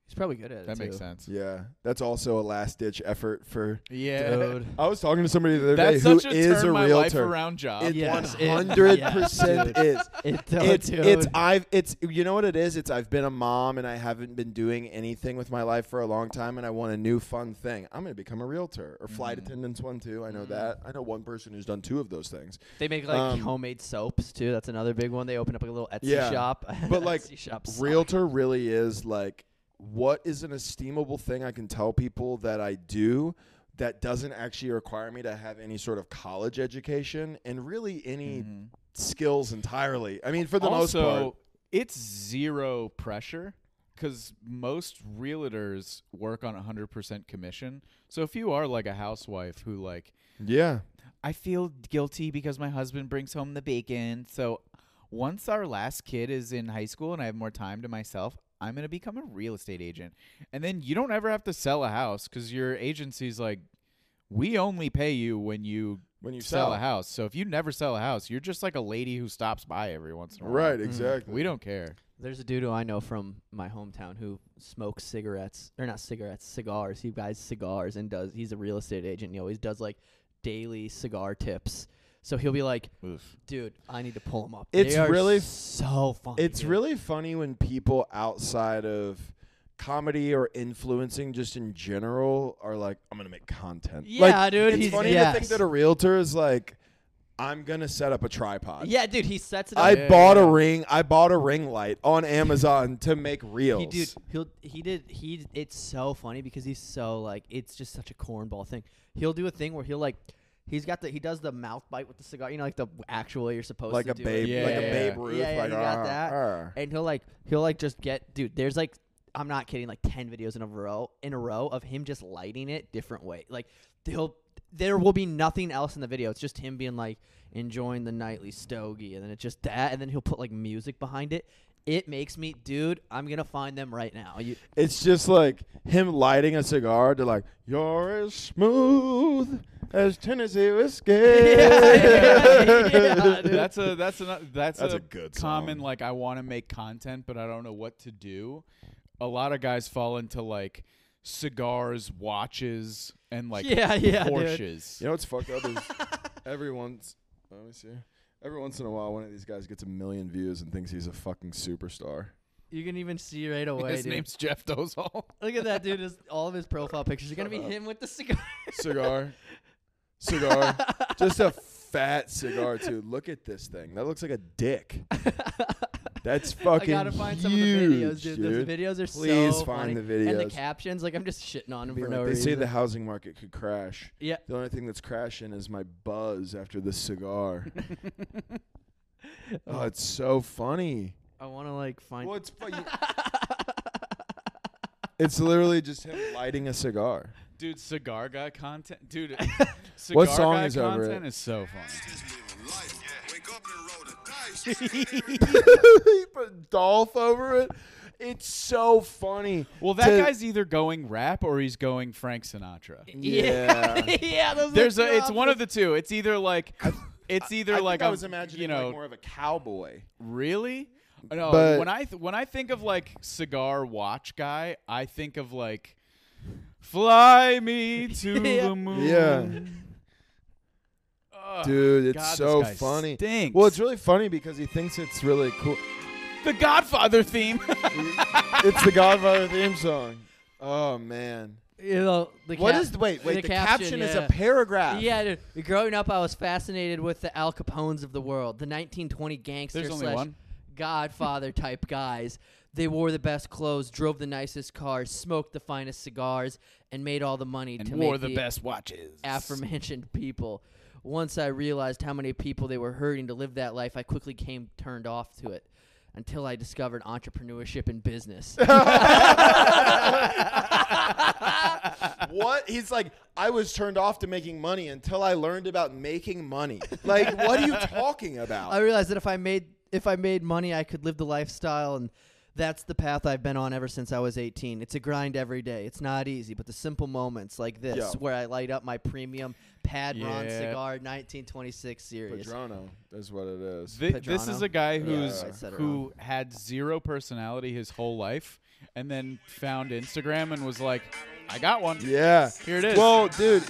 A: He's probably good at it.
C: that makes
A: too.
C: sense.
B: Yeah. That's also a last ditch effort for.
C: Yeah.
A: dude.
B: I was talking to somebody the other
C: That's
B: day who
C: such a
B: is
C: turn
B: a
C: my life
B: realtor.
C: around job.
B: It
A: Yes, it-
B: 100%
A: yes, dude.
B: is.
A: It,
B: it's
A: dude.
B: it's I've it's you know what it is. It's I've been a mom and I haven't been doing anything with my life for a long time, and I want a new fun thing. I'm gonna become a realtor or flight
C: Mm.
B: attendants one too. I know that. I know one person who's done two of those things.
A: They make like
B: Um,
A: homemade soaps too. That's another big one. They open up like, a little Etsy
B: Yeah.
A: shop.
B: But, like,
A: Etsy shops.
B: Realtor really is like what is an esteemable thing I can tell people that I do that doesn't actually require me to have any sort of college education and really any skills entirely. I mean, for the
C: Mm-hmm. also,
B: most part.
C: it's zero pressure because most realtors work on 100% commission. So if you are like a housewife who like,
B: Yeah.
C: I feel guilty because my husband brings home the bacon. So once our last kid is in high school and I have more time to myself, I'm going to become a real estate agent. And then you don't ever have to sell a house because your agency's like, we only pay you when you
B: When you
C: sell,
B: sell.
C: a house. So if you never sell a house, you're just like a lady who stops by every once in a while.
B: Right, exactly.
C: oh, mm. We don't care.
A: There's a dude who I know from my hometown who smokes cigarettes or not cigarettes, cigars. He buys cigars and does. He's a real estate agent. and He always does like daily cigar tips. So he'll be like, "Dude, I need to pull him up." They
B: It's
A: are
B: really-
A: so funny.
B: It's
A: dude.
B: really funny when people outside of comedy or influencing just in general are like, I'm gonna make content.
A: Yeah,
B: Like,
A: dude,
B: It's
A: he's-
B: funny to think
A: yes.
B: that a realtor is like, I'm gonna set up a tripod.
A: Yeah, dude. He sets it up.
B: I
C: Yeah,
B: bought
C: yeah.
B: a ring. I bought a ring light on Amazon to make reels.
A: He dude, he'll he did he. It's so funny because he's so like it's just such a cornball thing. He'll do a thing where he'll like he's got the he does the mouth bite with the cigar, you know, like the actual way you're supposed
B: like
A: to
B: a
A: do
B: babe,
A: it.
C: Yeah,
B: like
C: yeah,
B: a Babe
C: yeah.
B: Ruth.
A: Yeah, yeah,
B: like, uh-huh.
A: you got
B: "Arr,
A: that."
B: arr."
A: and he'll like he'll like just get dude. There's like I'm not kidding, like ten videos in a row in a row of him just lighting it different way. Like he'll there will be nothing else in the video. It's just him being like enjoying the nightly stogie, and then it's just that, and then he'll put like music behind it. It makes me, dude. I'm gonna find them right now. You,
B: It's just like him lighting a cigar to like, you're as smooth as Tennessee whiskey.
A: yeah, yeah, dude.
C: that's a that's an that's,
B: That's a good
C: common
B: song.
C: like I want to make content but I don't know what to do. A lot of guys fall into like cigars, watches, and like
A: Yeah, yeah, dude.
C: Porsches.
B: You know what's fucked up is every once let me see. Every once in a while one of these guys gets a million views and thinks he's a fucking superstar.
A: You can even see right away.
C: His
A: dude.
C: name's Jeff Dozal.
A: Look at that dude. His, all of his profile pictures are gonna be him with the cigar.
B: cigar, cigar, just a fat cigar too. Look at this thing. That looks like a dick. That's
A: I
B: fucking
A: gotta find
B: huge,
A: some of the videos, dude.
B: dude.
A: Those videos are
B: Please
A: so funny.
B: find the videos.
A: and the captions. Like I'm just shitting on him
B: Be
A: for
B: like,
A: no
B: they
A: reason.
B: say the housing market could crash.
A: yeah,
B: The only thing that's crashing is my buzz after this cigar. oh, it's so funny.
A: I want to like find.
B: Well, it's funny. it's literally just him lighting a cigar.
C: Dude, cigar guy content. Dude, cigar
B: What song
C: guy
B: is over
C: content
B: it?
C: is so funny.
E: This living life. Wake up and roll the dice. Every
B: he put Dolph over it. It's so funny.
C: Well, that
B: to-
C: guy's either going rap or he's going Frank Sinatra.
A: yeah, yeah. Those
C: There's
A: are
C: a. It's one of
A: the.
C: the two. It's either like, it's either
B: I
C: like
B: think I
C: I'm-
B: was imagining
C: you know
B: like more of a cowboy.
C: really. Uh, No,
B: But-
C: when I th- when I think of like cigar watch guy, I think of like, fly me to
A: Yeah.
C: the moon. Ugh,
B: dude, it's
C: Oh, God, this
B: so
C: guy
B: funny.
C: Stinks.
B: Well, it's really funny because he thinks it's really cool.
C: the Godfather theme.
B: it's the Godfather theme song. Oh man,
A: You know, the
B: what
A: cap-
B: is the, wait wait? The, caption, is
A: yeah.
B: a paragraph.
A: Yeah, dude. growing up, I was fascinated with the Al Capones of the world, the 1920 gangster
C: There's only
A: slash
C: one.
A: Godfather type guys. They wore the best clothes, drove the nicest cars, smoked the finest cigars, and made all the money
C: and
A: to
C: wore
A: make
C: the best watches.
A: aforementioned people. Once I realized how many people they were hurting to live that life, I quickly came turned off to it until I discovered entrepreneurship and business.
B: What? He's like, I was turned off to making money until I learned about making money. Like, what are you talking
A: I
B: about?
A: realized that if I made if I made money, I could live the lifestyle, and that's the path I've been on ever since I was 18. It's a grind every day. It's not easy, but the simple moments like this,
B: Yeah.
A: where I light up my premium Pad Ron
C: Yeah.
A: cigar, 1926 series.
B: Padrono is what it is.
C: Thi- this is
A: Pedrano.
C: a guy
A: I
C: who's
A: said it
C: who had zero personality his whole life, and then found Instagram and was like, "I got one."
B: Yeah.
C: Here it is.
B: Well, dude.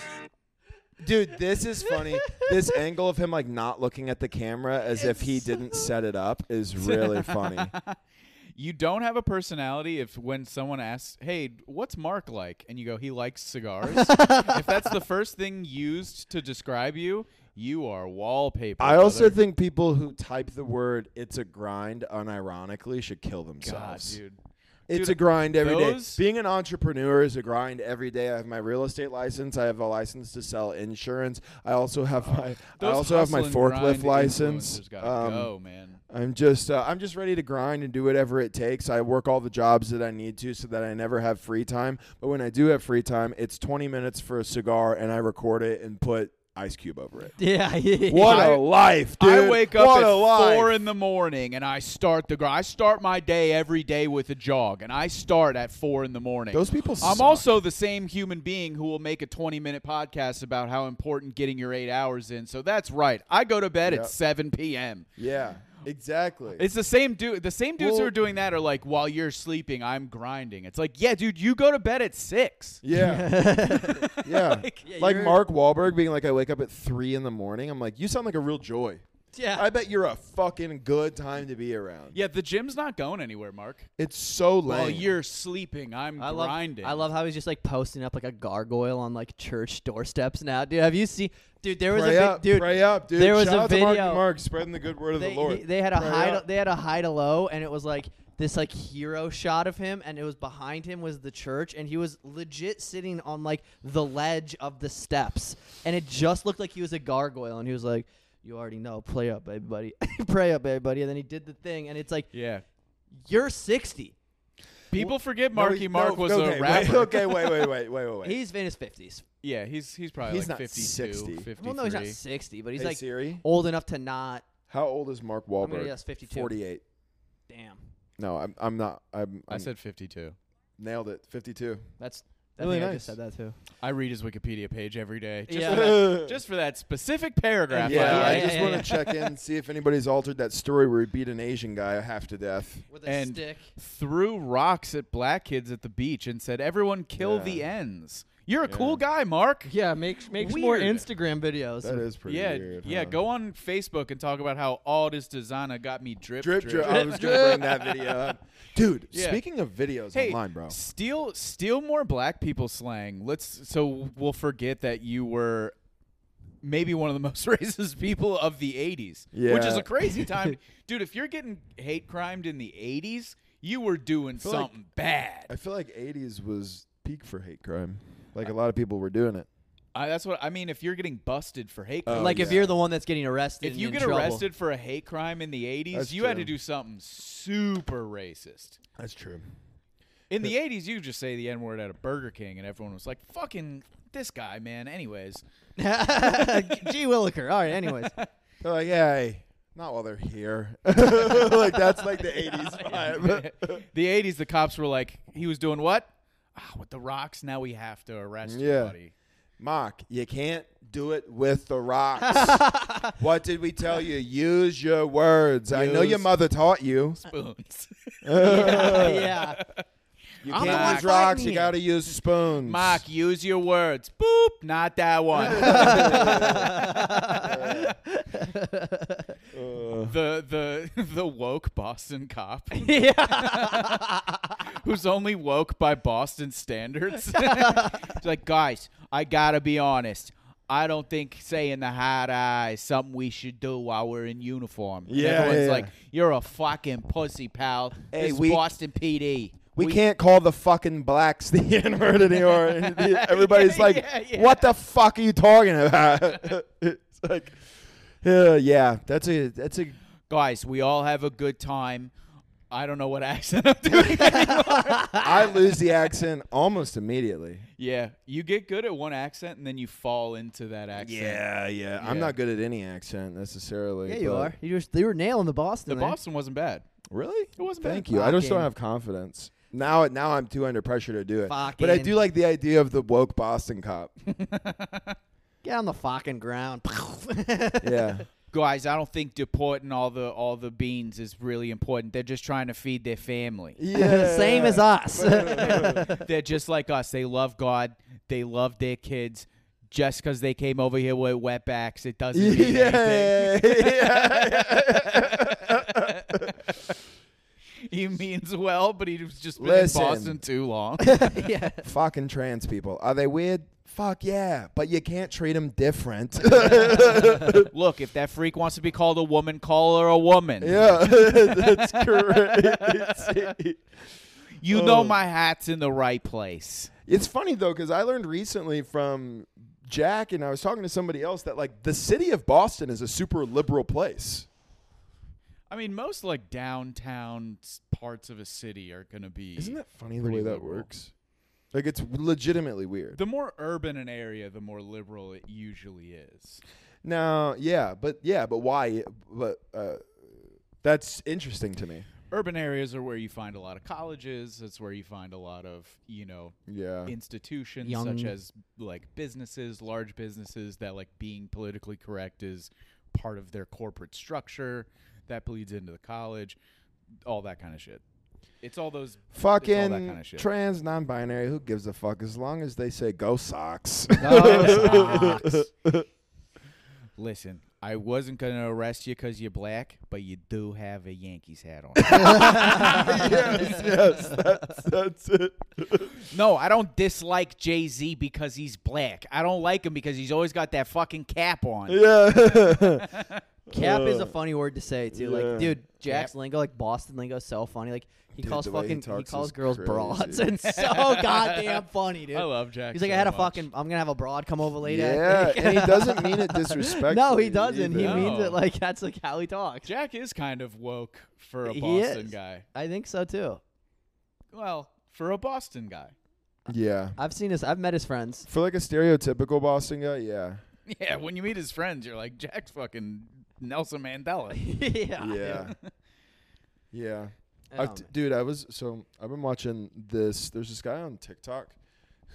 B: Dude, this is funny. this angle of him like not looking at the camera as if he didn't set it up is really funny.
C: You don't have a personality if when someone asks, "Hey, what's Mark like?" and you go, "He likes cigars." if that's the first thing used to describe you, you are wallpaper.
B: I also
C: brother.
B: think people who type the word "it's a grind" unironically should kill
C: God,
B: themselves.
C: dude.
B: It's
C: Dude,
B: a grind every day.
C: those-
B: Being an entrepreneur is a grind every day. I have my real estate license. I have a license to sell insurance. I also have my I
C: Those
B: also have my
C: hustle and grind
B: forklift license.
C: influencers Gotta
B: Um,
C: go, man.
B: I'm just uh, I'm just ready to grind and do whatever it takes. I work all the jobs that I need to so that I never have free time. But when I do have free time, it's 20 minutes for a cigar and I record it and put Ice Cube over it.
A: Yeah, yeah.
B: What a
C: I-
B: life, dude!
C: I wake up
B: what
C: at
B: a life.
C: four in the morning and I start the gr- I start my day every day with a jog and I start at four in the morning.
B: Those people.
C: I'm
B: suck.
C: also the same human being who will make a 20 minute podcast about how important getting your eight hours in. So that's right. I go to bed
B: Yep.
C: at 7 p.m.
B: yeah, exactly.
C: It's the same dude. The same dudes who
B: Well-
C: are doing that are like, while you're sleeping, I'm grinding. It's like, yeah, dude, you go to bed at six.
B: Yeah. yeah. Like,
A: Yeah, you're-
B: Mark Wahlberg being like, I wake up at three in the morning. I'm like, you sound like a real joy.
A: Yeah.
B: I bet you're a fucking good time to be around.
C: Yeah, the gym's not going anywhere, Mark.
B: It's so lame.
C: While you're sleeping, I'm
A: I love,
C: grinding.
A: I love how he's just like posting up like a gargoyle on like church doorsteps now, dude. Have you seen, dude? There was
B: pray
A: a big,
B: up,
A: dude.
B: pray up, dude.
A: There was
B: Shout
A: a
B: out
A: video.
B: to Mark and Mark spreading the good word of
A: they,
B: the Lord.
A: he- they had a
B: Pray
A: high to,
B: up.
A: they had a high to low and it was like this like hero shot of him and it was behind him was the church and he was legit sitting on like the ledge of the steps and it just looked like he was a gargoyle and he was like you already know play up everybody pray up everybody and then he did the thing and it's like
C: Yeah.
A: you're 60
C: People forget
B: No,
C: Marky
B: he-
C: Mark
B: no,
C: was
B: okay,
C: a
B: wait,
C: rapper.
B: okay, wait, wait, wait, wait, wait, wait.
A: he's in his 50s
C: Yeah, he's he's probably
B: He's
C: like
B: not
C: 52,
B: 60.
C: 53.
A: well no he's not 60 but he's
B: Hey,
A: like
B: Siri,
A: old enough to not
B: how old is Mark Wahlberg?
A: I'm gonna guess 52.
B: 48.
A: damn
B: No, I'm, I'm not. I'm,
C: I
B: I'm-
C: said 52.
B: nailed it. 52.
A: that's I
B: Really
A: think I
B: nice.
A: just said that too
C: I read his Wikipedia page every day. Just,
A: Yeah.
C: for, that, just for that specific paragraph.
B: Yeah,
A: Yeah,
B: I
A: yeah,
B: just
A: yeah,
B: want
A: yeah.
B: to check in, see if anybody's altered that story where he beat an Asian guy half to death.
A: with a
C: And
A: stick
C: threw rocks at black kids at the beach and said, "Everyone kill
B: Yeah.
C: the ends." You're a cool guy, Mark.
A: Yeah, make make some more
C: Weird.
A: Instagram videos.
B: That is pretty
C: yeah,
B: weird.
C: yeah.
B: huh?
C: Go on Facebook and talk about how all this designer got me drip
B: Drip, drip. Oh, I was gonna bring that video up, dude.
C: Yeah.
B: Speaking of videos
C: Hey,
B: online, bro.
C: steal steal more black people slang. Let's so we'll forget that you were maybe one of the most racist people of the '80s, which is
B: Yeah.
C: a crazy time, dude. If you're getting hate crimed in the '80s, you were doing
B: feel like-
C: something bad.
B: I feel like '80s was peak for hate crime. Like a lot of people were doing it.
C: I, that's what I mean. If you're getting busted for hate crime,
A: like if
B: Oh, yeah.
A: you're the one that's getting arrested,
C: if
A: and
C: you
A: in
C: get
A: trouble.
C: arrested for a hate crime in the 80s,
B: That's
C: you had to
B: true.
C: do something super racist.
B: That's true.
C: In the 80s, you just say the N word at a Burger King, and everyone was like, fucking this guy, man. Anyways,
A: G Williker. All right. Anyways,
B: They're like, yeah, hey, not while they're here. like that's like the '80s vibe.
C: the 80s, the cops were like, he was doing what? Ah, with the rocks, now we have to arrest you,
B: Yeah.
C: buddy.
B: Mock, you can't do it with the rocks. what did we tell you? Use your words. I know your
C: Use-
B: mother taught you.
C: Spoons.
A: yeah, yeah.
B: You
A: I'm the
B: can't
A: one
B: use rocks.
A: fighting
B: You
A: you.
B: got to use spoons.
C: Mark, use your words. Boop, not that one. the the the woke Boston cop. Who's only woke by Boston standards. He's like, guys, I gotta be honest. I don't think saying the hot eye is something we should do while we're in uniform. And
B: Yeah,
C: Everyone's
B: yeah, yeah.
C: like, you're a fucking pussy, pal.
B: Hey,
C: this is
B: we-
C: Boston PD.
B: we, can't call the fucking blacks the N word anymore. And the- Everybody's
C: Yeah,
B: like,
C: yeah, yeah.
B: "What the fuck are you talking about?" it's like, yeah, yeah, that's a that's a
C: Guys, we all have a good time. I don't know what accent I'm doing anymore.
B: I lose the accent almost immediately.
C: yeah, you get good at one accent and then you fall into that accent.
B: Yeah, yeah. I'm
C: Yeah.
B: not good at any accent necessarily.
A: Yeah, you
B: but-
A: are. You just you were nailing the Boston.
C: The
A: there.
C: Boston wasn't bad.
B: Really? It
C: wasn't
B: Thank
C: bad.
B: you. I just don't
A: Fucking-
B: have confidence. Now, now I'm too under pressure to do it. But I
A: Fucking-
B: do like the idea of the woke Boston cop.
A: Get on the fucking ground.
B: yeah.
C: Guys, I don't think deporting all the all the beans is really important. They're just trying to feed their family.
B: Yeah.
A: Same as us.
C: They're just like us. They love God. They love their kids. Just because they came over here with wetbacks, it doesn't mean anything.
B: Yeah.
C: He means well, but he was just been
B: Listen.
C: in Boston too long.
A: yeah.
B: Fucking trans people. Are they weird? Fuck yeah. But you can't treat them different.
C: Look, if that freak wants to be called a woman, call her a woman.
B: yeah. That's correct.
C: You
B: Oh.
C: know my hat's in the right place.
B: It's funny though because I learned recently from Jack and I was talking to somebody else that like the city of Boston is a super liberal place.
C: I mean, most like downtown s- parts of a city are gonna be.
B: Isn't that funny the
C: pretty
B: way that
C: liberal.
B: works? Like it's legitimately weird.
C: The more urban an area, the more liberal it usually is.
B: No, yeah, but yeah, but why? But uh, that's interesting to me.
C: Urban areas are where you find a lot of colleges. That's where you find a lot of you know
B: Yeah,
C: institutions
A: Young-
C: such as like businesses, large businesses that like being politically correct is part of their corporate structure. That bleeds into the college, all that kind of shit. It's all those
B: fucking
C: it's all that kind of shit.
B: trans, non-binary. Who gives a fuck? As long as they say go socks.
A: Oh,
C: Listen, I wasn't gonna arrest you 'cause you're black, but you do have a Yankees hat on.
B: yes, yes, that's that's it.
C: no, I don't dislike Jay Z because he's black. I don't like him because he's always got that fucking cap on.
B: Yeah,
A: Cap is a funny word to say too.
B: yeah.
A: Like, dude, Jack's
C: Cap.
A: lingo, like Boston lingo, is so funny. Like he
B: Dude,
A: calls
B: the way he
A: fucking he,
B: talks
A: calls
B: is
A: girls
B: crazy.
A: broads, and so goddamn funny, dude.
C: I love Jack.
A: He's like,
C: so
A: I had a
C: much.
A: fucking, I'm gonna have a broad come over later.
B: yeah, and he doesn't mean it disrespectfully.
A: no, he doesn't. He
B: either.
C: No.
A: means it like that's like how he talks.
C: Jack is kind of woke for a
A: He
C: Boston
A: is.
C: guy.
A: I think so too.
C: Well, for a Boston guy.
B: Yeah,
A: I've seen his, I've met his friends.
B: for like a stereotypical Boston guy. Yeah,
C: Yeah, when you meet his friends, you're like, Jack's fucking Nelson Mandela.
A: Ah, yeah.
B: yeah, yeah.
A: Um,
B: I've t- dude, I was so I've been watching this. There's this guy on TikTok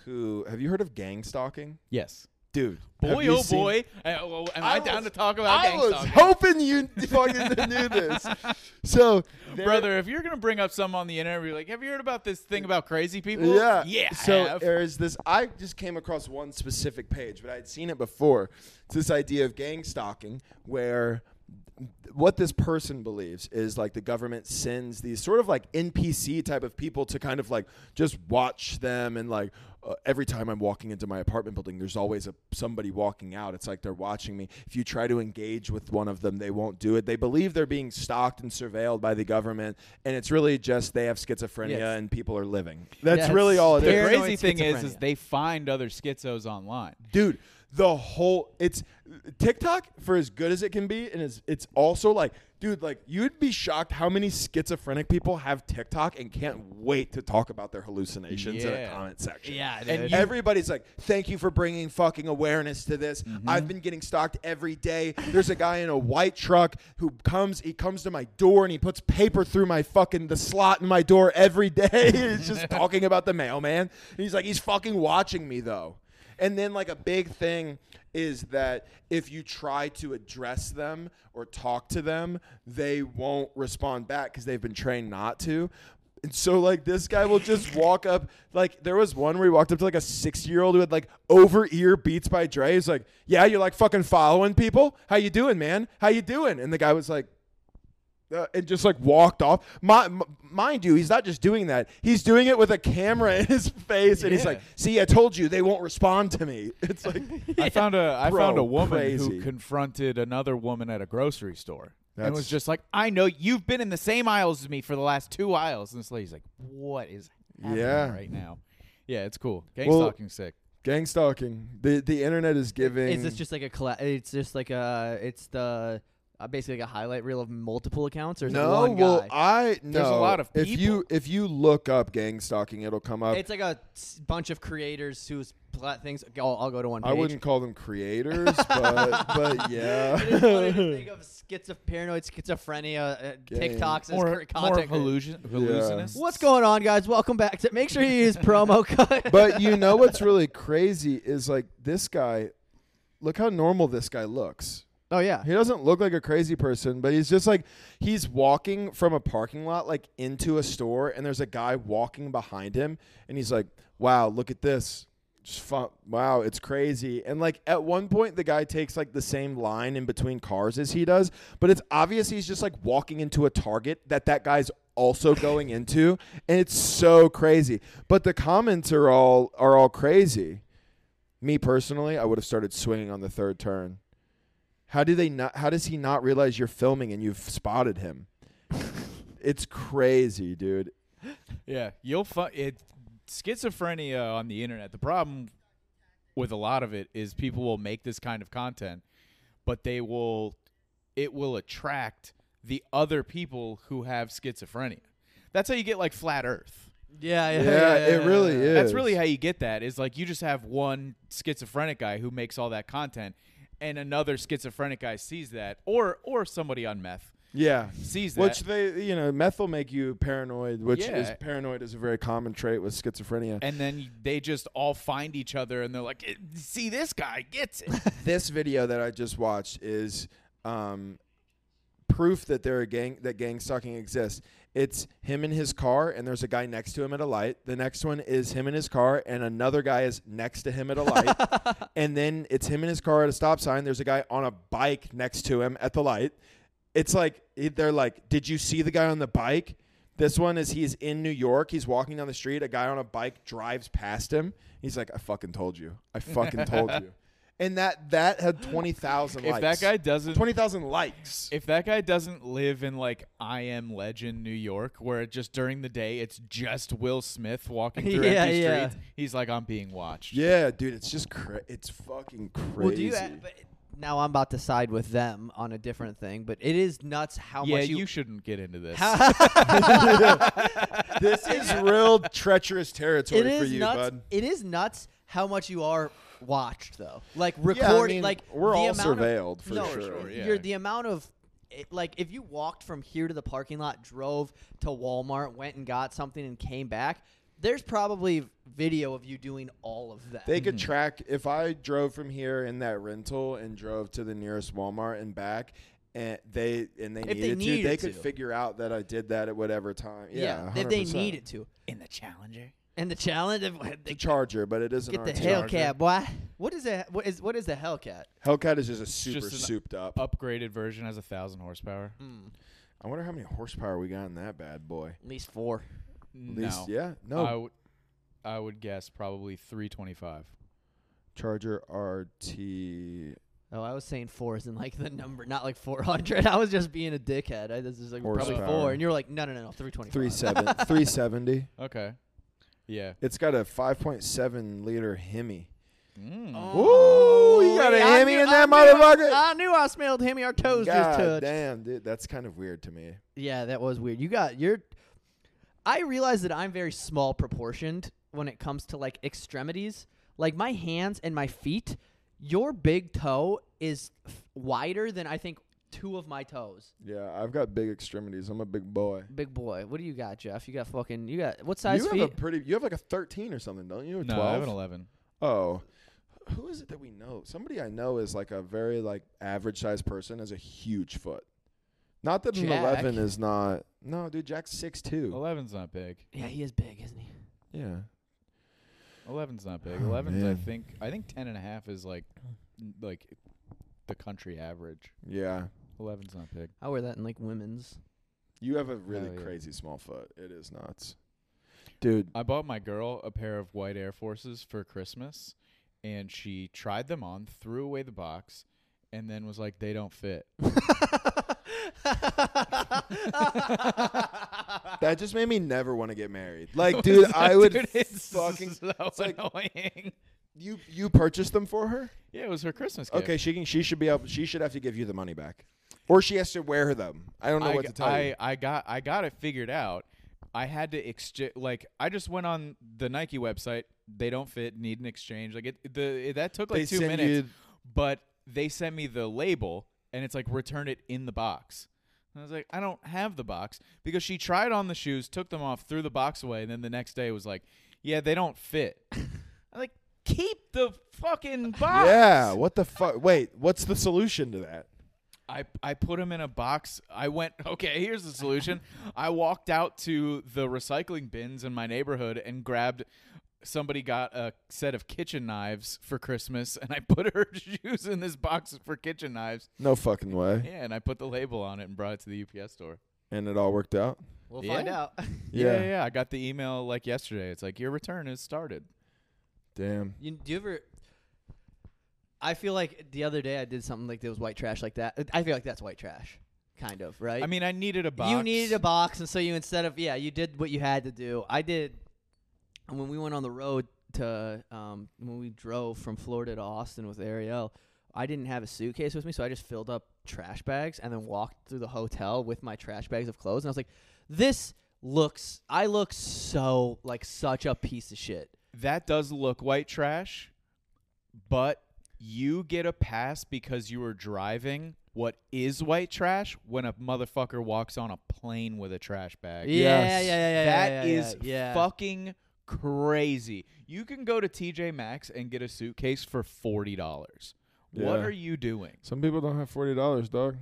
B: who have you heard of gang stalking?
C: yes.
F: dude. have
C: Boy,
F: you
C: oh
F: seen-
C: boy, Uh, oh, am I, down
B: was-
C: to talk about
B: I was
C: Gangstalker?
B: hoping you fucking knew this. So, there-
C: Brother, if you're gonna bring up some on the interview, like, have you heard about this thing about crazy people?
B: Yeah.
C: yeah. I
B: So
C: have.
B: there's this. I just came across one specific page, but I had seen it before. It's this idea of gang stalking, where what this person believes is like the government sends these sort of like NPC type of people to kind of like just watch them and like. Uh, every time I'm walking into my apartment building, there's always a somebody walking out. It's like they're watching me. If you try to engage with one of them, they won't do it. They believe they're being stalked and surveilled by the government, and it's really just they have schizophrenia
A: Yes.
B: and people are living. That's
A: Yes.
B: really all it
C: the
A: They're-
B: is.
C: crazy thing is, is
A: schizophrenia.
C: they find other schizos online.
B: Dude, the whole it's TikTok for as good as it can be, and it's it's also like, dude, like you'd be shocked how many schizophrenic people have TikTok and can't wait to talk about their hallucinations in a
C: Yeah.
B: comment section.
A: Yeah, dude.
B: and everybody's like, "Thank you for bringing fucking awareness to this."
A: Mm-hmm.
B: I've been getting stalked every day. There's a guy in a white truck who comes, he comes to my door and he puts paper through my fucking the slot in my door every day. He's just talking about the mailman. And he's like, "He's fucking watching me though." And then like a big thing is that if you try to address them or talk to them, they won't respond back because they've been trained not to. And so like this guy will just walk up like there was one where he walked up to like a six year old who had like over ear beats by Dre. He's like, Yeah, you're like fucking following people? How you doing, man? How you doing? And the guy was like uh, and just like walked off. My, m- mind you, he's not just doing that. He's doing it with a camera in his face, and he's
C: Yeah.
B: like, "See, I told you they won't respond to me." It's like,
C: I found a I
B: Bro,
C: found a woman
B: crazy.
C: who confronted another woman at a grocery store and
B: That's-
C: was just like, "I know you've been in the same aisles as me for the last two aisles." And this lady's like, "What is happening
B: Yeah.
C: right now?" Yeah, it's cool. Gang
B: Well-
C: stalking sick.
B: gang stalking. The the internet is giving.
A: Is this just like a colla- It's just like a. It's the uh, basically like a highlight reel of multiple accounts, or is
B: no?
A: it one
B: well,
A: guy?
B: I no.
C: There's a lot of
B: if
C: people.
B: you if you look up gang stalking, it'll come up.
A: it's like a s- bunch of creators whose plat things. I'll, I'll go to one. Page.
B: I wouldn't call them creators, but but yeah.
A: It is funny to think of schizo- paranoid schizophrenia, uh,
B: Gang.
A: TikToks as
C: More,
A: cr-
C: more
A: content. creators.
C: hallucin- hallucinists.
A: What's going on, guys? Welcome back. To, make sure you use promo code.
B: but you know what's really crazy is like this guy. Look how normal this guy looks.
A: oh yeah,
B: He doesn't look like a crazy person, but he's just like he's walking from a parking lot like into a store, and there's a guy walking behind him, and he's like, "Wow, look at this." Just fun. Wow, it's crazy. And like at one point, the guy takes like the same line in between cars as he does, but it's obvious he's just like walking into a Target that that guy's also going into, and it's so crazy. But the comments are all are all crazy. Me personally, I would have started swinging on the third turn. How do they not? How does he not realize you're filming and you've spotted him? it's crazy, dude.
C: Yeah, you'll find it. Schizophrenia on the internet. The problem with a lot of it is people will make this kind of content, but they will, it will attract the other people who have schizophrenia. That's how you get like flat Earth.
A: yeah, yeah,
B: Yeah, it really is.
C: That's really how you get that. Is like you just have one schizophrenic guy who makes all that content, and another schizophrenic guy sees that, or or somebody on meth
B: yeah.
C: sees that.
B: Which they, you know, meth will make you paranoid, which is
C: Yeah.
B: paranoid is a very common trait with schizophrenia.
C: and then they just all find each other and they're like, "Eh, see, this guy gets it.
B: this video that I just watched is um, proof that there are gang that gang stalking exists. It's him in his car, and there's a guy next to him at a light. The next one is him in his car, and another guy is next to him at a light. and then it's him in his car at a stop sign. There's a guy on a bike next to him at the light. It's like it- they're like, "Did you see the guy on the bike?" This one is he's in New York. He's walking down the street. A guy on a bike drives past him. He's like, "I fucking told you. I fucking told you." And that that had twenty thousand.
C: If that guy doesn't,
B: twenty thousand likes.
C: if that guy doesn't live in like I am Legend, New York, where it just during the day it's just Will Smith walking through
A: Yeah,
C: empty
A: yeah.
C: streets, he's like, I'm being watched.
B: Yeah, dude, it's just cra- it's fucking crazy.
A: Well, do you? But now I'm about to side with them on a different thing, but it is nuts how
C: yeah,
A: much
C: you,
A: you.
C: shouldn't get into this.
B: this is real treacherous territory
A: it
B: for
A: is
B: you,
A: nuts.
B: bud.
A: It is nuts how much you are watched though. Like recording,
B: mean,
A: like
B: we're
A: the
B: all
A: amount of-
B: surveilled for
A: no,
B: sure. Sure,
C: yeah.
A: You're the amount of. It, like if you walked from here to the parking lot, drove to Walmart, went and got something, and came back, There's probably video of you doing all of that.
B: They
C: Mm-hmm.
B: could track if I drove from here in that rental and drove to the nearest Walmart and back, and they and they
A: they
B: needed, to, they
A: needed
B: could
A: to.
B: figure out that I did that at whatever time. Yeah,
A: yeah, if they
B: 100%.
A: needed to.
G: In the Challenger.
A: And the challenge, if-
B: the
A: they
B: Charger, but it isn't
A: get
B: our
A: the
B: Charger.
A: Hellcat, boy. What is a what is what is the Hellcat?
B: Hellcat is just a super
C: just an
B: souped up.
C: Upgraded version has a thousand horsepower.
B: I wonder how many horsepower we got in that bad boy.
A: Hmm, At least four.
B: At least,
C: no.
B: yeah, no
C: I would I would guess probably 325.
B: Charger RT
A: Oh, I was saying four isn't like the number, not like four hundred. I was just being a dickhead. I this is like probably
B: Horsepower.
A: four, and you were like, no, no, no, no, three twenty.
B: 37 370.
C: Okay. Yeah.
B: It's got a 5.7 liter Hemi.
C: Mm.
B: Ooh, you got a Hemi in that motherfucker.
A: Oh, I knew I smelled Hemi. Our toes just
B: God
A: touched.
B: damn, dude, that's kind of weird to me.
A: Yeah, that was weird. You got your. I realize that I'm very small proportioned when it comes to like extremities, like my hands and my feet. Your big toe is f- wider than I think two of my toes.
B: Yeah, I've got big extremities. I'm a big boy.
A: Big boy, what do you got, Jeff? You got fucking. You got what size
B: you
A: feet?
B: have a pretty. You have like a 13 or something, don't you? Or
C: No,
B: 12?
C: I have an 11.
B: Oh, who is it that we know? Somebody I know is like a very like average sized person has a huge foot. Not that an
A: Jack.
B: 11 is not. No, dude, Jack's 6'2".
C: 11's not big.
A: yeah, he is big, isn't he?
B: Yeah.
C: 11's not big.
B: Oh,
C: 11's I
B: man.
C: think I think 10 and a half is like n- like the country average.
B: Yeah.
C: 11's not big.
A: I wear that in like women's.
B: You have a really
C: Hell yeah.
B: crazy small foot. It is nuts. Dude,
C: I bought my girl a pair of white Air Forces for Christmas, and she tried them on, threw away the box, and then was like, "They don't fit."
B: that just made me never want to get married. Like, dude, I would
C: Dude, it's
B: fucking
C: so annoying.
B: you you purchased them for her?
C: Yeah, it was her Christmas gift.
B: Okay, she can she should be able she should have to give you the money back. Or she has to wear them. I don't know
C: I,
B: what
C: g-
B: to tell
C: I,
B: you.
C: I got I got it figured out. I had to exchange. Like I just went on the Nike website. They don't fit. Need an exchange. Like it. The it, that took like
B: They
C: two
B: send
C: minutes.
B: you-
C: But they sent me the label, and it's like return it in the box. And I was like, I don't have the box because she tried on the shoes, took them off, threw the box away, and then the next day was like, yeah, they don't fit. I'm like, keep the fucking box.
B: Yeah, what the fuck? Wait, what's the solution to that?
C: I, I put them in a box. I went, okay, here's the solution. I walked out to the recycling bins in my neighborhood and grabbed somebody got a set of kitchen knives for Christmas and I put her shoes in this box for kitchen knives.
B: No fucking way.
C: Yeah, and I put the label on it and brought it to the UPS store.
B: And it all worked out.
A: We'll
C: Yeah.
A: find out.
C: yeah, yeah. I got the email like yesterday. It's like your return is started.
B: Damn.
A: You, do you ever? I feel like the other day I did something like that was white trash like that. I feel like that's white trash, kind of right.
C: I mean, I needed a box.
A: you needed a box, and so you instead of yeah, you did what you had to do. I did when we went on the road to um, when we drove from Florida to Austin with Ariel. I didn't have a suitcase with me, so I just filled up trash bags and then walked through the hotel with my trash bags of clothes. And I was like, "This looks. I look so like such a piece of shit."
C: that does look white trash, but you get a pass because you were driving what is white trash when a motherfucker walks on a plane with a trash bag.
A: Yeah, yeah, yeah, yeah, yeah,
C: That
A: yeah, yeah,
C: is
A: yeah.
C: fucking crazy. You can go to TJ Maxx and get a suitcase for $40. What
B: Yeah.
C: are you doing?
B: Some people don't have forty dollars, dog.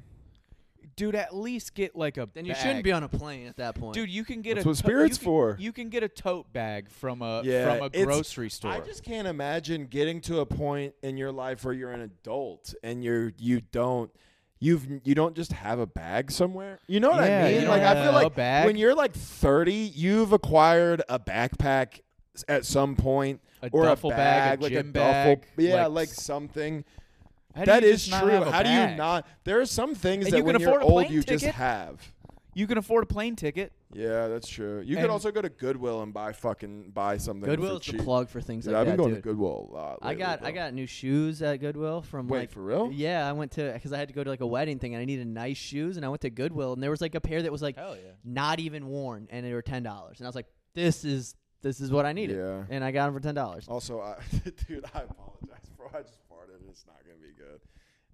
C: Dude, at least get like a
A: Then you
C: bag.
A: shouldn't be on a plane at that point.
C: Dude, you can get
B: That's
C: a
B: what
C: to- you
B: Spirit's
C: can-
B: for.
C: You can get a tote bag from a
B: Yeah,
C: from a
B: it's-
C: grocery store.
B: I just can't imagine getting to a point in your life where you're an adult and you're you don't you've you don't just have a bag somewhere. You know what
C: Yeah,
B: I
C: you
B: mean?
C: don't
B: Like I
C: have
B: feel
C: a
B: like
C: bag.
B: when you're like 30, you've acquired a backpack s- at some point
C: A
B: or
C: duffel
B: a bag,
C: bag, a
B: like
C: gym
B: a duffel,
C: bag,
B: yeah,
C: like
B: like
C: s-
B: something.
C: How do
B: That
C: you
B: is
C: just not
B: true.
C: have a
B: How do you
C: bag?
B: not? There are some things
C: And
B: that
C: you can
B: when you're
C: afford a
B: old,
C: plane
B: you just
C: ticket?
B: have.
C: You can afford a plane ticket.
B: Yeah, that's true. You could
C: And-
B: also go to Goodwill and buy fucking buy something.
A: Goodwill's
B: for
A: the
B: cheap.
A: plug for things
B: Dude,
A: like
B: I've been
A: that.
B: going
A: dude.
B: to Goodwill a lot.
A: I
B: lately,
A: got I
B: bro.
A: got new shoes at Goodwill from
B: Wait
A: like
B: for real?
A: Yeah, I went to because I had to go to like a wedding thing and I needed nice shoes and I went to Goodwill and there was like a pair that was like
C: Hell yeah.
A: not even worn and they were ten dollars and I was like this is this is what I needed
B: Yeah. Oh,
A: and I got them for ten dollars.
B: Also, I, dude, I apologize, bro. I just farted. It's not gonna be good.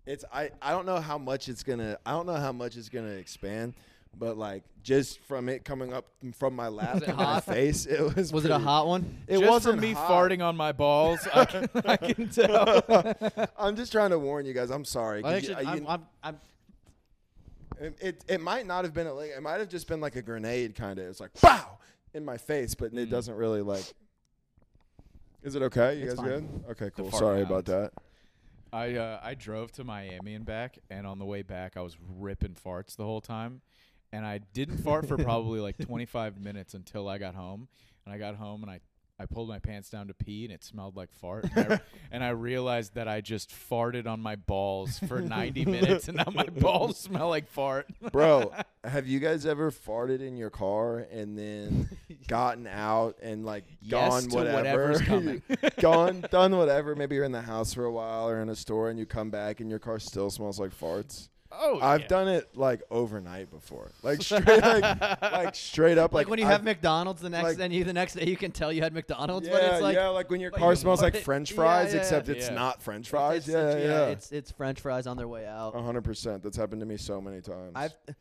B: It's I I don't know how much it's gonna I don't know how much it's gonna expand, but like just from it coming up from my lap
A: it
B: to my
A: hot?
B: face, it was.
A: Was it a
B: pretty-
A: hot one?
B: It
C: Just
B: wasn't
C: from me
B: hot.
C: farting on my balls, I can, I can tell.
B: I'm just trying to warn you guys. I'm sorry. 'cause you-
A: Actually,
B: you-
A: I'm, I'm, I'm,
B: it- it it might not have been a, like it might have just been like a grenade kind of. It's like pow in my face, but
A: Mm.
B: it doesn't really like. Is it okay? You
A: It's
B: guys
A: fine.
B: good? Okay, cool.
C: fart
B: Sorry about that.
C: I uh, I drove to Miami and back, and on the way back, I was ripping farts the whole time, and I didn't fart for probably like 25 minutes until I got home, and I got home and I. I pulled my pants down to pee and it smelled like fart. And I, and I realized that I just farted on my balls for 90 minutes and now my balls smell like fart.
B: Bro, have you guys ever farted in your car and then gotten out and like
C: Yes
B: gone
C: to
B: whatever?
C: whatever's coming.
B: gone, done whatever. Maybe you're in the house for a while or in a store and you come back and your car still smells like farts.
C: Oh,
B: I've
C: yeah.
B: done it like overnight before. Like straight like, like straight up
A: like,
B: like,
A: when you
B: I've-
A: have McDonald's the next,
B: like-
A: then you the next day you can tell you had McDonald's,
B: yeah,
A: but it's like
B: yeah, like when your
A: but
B: car
A: you
B: smells like
A: farted.
B: French
A: Yeah,
B: fries,
A: yeah,
B: except
A: yeah.
B: it's
C: Yeah.
B: not French fries.
A: it's,
B: yeah,
A: it's,
B: yeah,
A: it's it's French fries on their way out.
B: hundred percent. That's happened to me so many times.
A: I've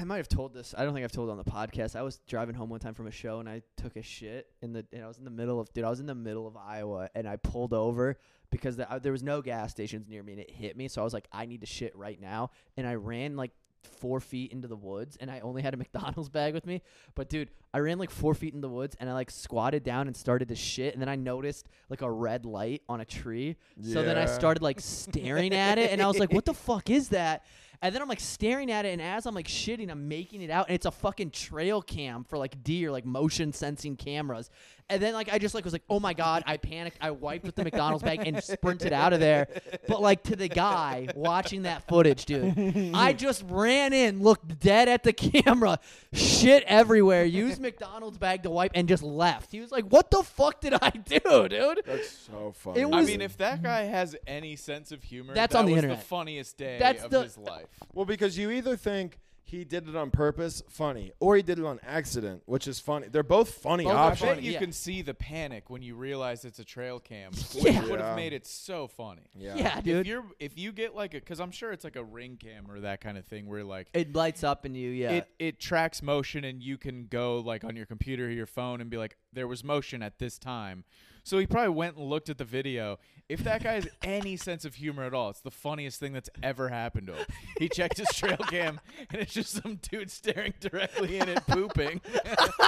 A: I might have told this. I don't think I've told it on the podcast. I was driving home one time from a show and I took a shit in the and I was in the middle of dude. I was in the middle of Iowa and I pulled over because the, uh, there was no gas stations near me and it hit me. So I was like, I need to shit right now. And I ran like four feet into the woods and I only had a McDonald's bag with me. But dude, I ran like four feet in the woods and I like squatted down and started to shit and then I noticed like a red light on a tree. So then I
B: Yeah.
A: started like staring at it and I was like, what the fuck is that? And then I'm like staring at it and as I'm like shitting, I'm making it out and it's a fucking trail cam for like deer, like motion sensing cameras. And then like I just like was like, oh my god, I panicked. I wiped with the McDonald's bag and sprinted out of there. But like to the guy watching that footage, dude, I just ran in, looked dead at the camera, shit everywhere, used McDonald's bag to wipe, and just left. He was like, what the fuck did I do, dude?
B: That's so funny.
A: It
C: I
A: was-
C: mean, if that guy has any sense of humor,
A: That's
C: that
A: on the
C: was
A: internet.
C: the funniest day
A: That's
C: of
A: the-
C: his life.
B: Well, because you either think he did it on purpose, funny, or he did it on accident, which is funny. They're both funny
A: Both are
C: I
B: options.
C: bet
A: funny,
C: you
A: yeah.
C: can see the panic when you realize it's a trail cam, which
A: Yeah.
C: would
B: Yeah.
C: have made it so funny.
A: Yeah,
C: If
A: dude.
C: you're if you get like a because I'm sure it's like a ring cam or that kind of thing where like
A: It lights up in you, yeah.
C: it it tracks motion and you can go like on your computer or your phone and be like there was motion at this time. So he probably went and looked at the video. If that guy has any sense of humor at all, it's the funniest thing that's ever happened to him. He checked his trail cam and it's just some dude staring directly in it pooping.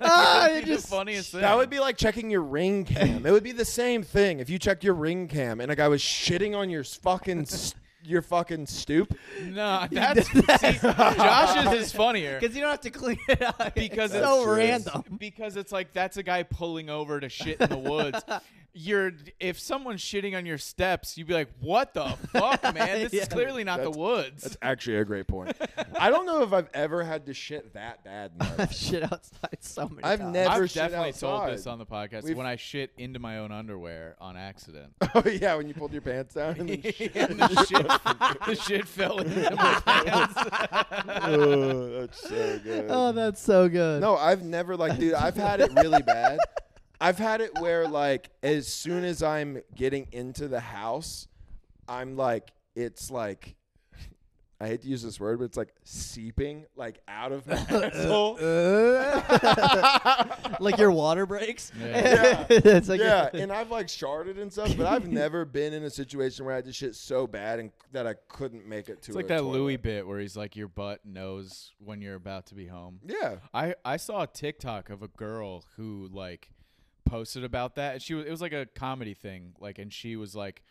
C: ah,
A: it just-
C: the funniest thing.
B: That would be like checking your ring cam. it would be the same thing if you checked your ring cam and a guy was shitting on your s- fucking s- your fucking stoop.
C: No, that's see, Josh's is funnier
A: because you don't have to clean it up.
C: because
A: it's
C: it's
A: so random.
C: Because it's like that's a guy pulling over to shit in the woods. You're if someone's shitting on your steps, you'd be like, "What the fuck, man? This
A: Yeah.
C: is clearly not the
B: That's-
C: woods."
B: That's actually a great point. I don't know if I've ever had to shit that bad. In my life.
A: shit outside so many
B: I've
A: times.
B: never
C: I've
B: shit
C: definitely told
B: outside.
C: this on the podcast
B: We've-
C: when I shit into my own underwear on accident.
B: oh yeah, when you pulled your pants down. And then shit.
C: and the shit, the shit fell into my pants.
B: oh, that's so good.
A: Oh, that's so good.
B: No, I've never like, dude. I've had it really bad. I've had it where like, as soon as I'm getting into the house, I'm like, it's like, I hate to use this word, but it's like seeping like out of my asshole.
A: like your water breaks.
C: Yeah.
A: it's like
B: yeah, and I've like sharded and stuff, but I've never been in a situation where I had to shit so bad and that I couldn't make it to.
C: It's like that Louis bit where he's like, "Your butt knows when you're about to be home."
B: Yeah.
C: I I saw a TikTok of a girl who like posted about that. And she was it was like a comedy thing, like, and she was like,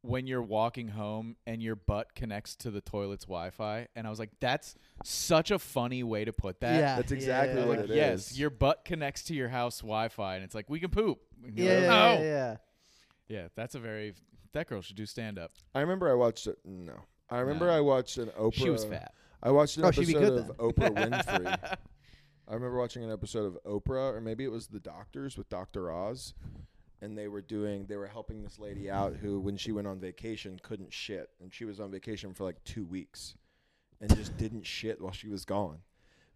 C: "When you're walking home and your butt connects to the toilet's Wi-Fi," and I was like, "That's such a funny way to put that."
A: Yeah.
B: That's exactly
A: Yeah.
B: what
C: Like,
B: it
C: Ah, yes,
B: is.
C: your butt connects to your house Wi-Fi, and it's like we can poop. And
A: Yeah,
C: you're
A: yeah, yeah,
C: like, "No."
A: yeah.
C: Yeah, that's a very that girl should do stand up.
B: I remember I watched it. No, I remember
C: No.
B: I watched an Oprah.
C: She was fat.
B: I watched an
A: Oh, she'd
B: episode
A: be
B: of
A: good
B: Oprah Winfrey. I remember watching an episode of Oprah, or maybe it was The Doctors with Dr. Oz, and they were doing they were helping this lady out who, when she went on vacation, couldn't shit, and she was on vacation for like two weeks, and just didn't shit while she was gone,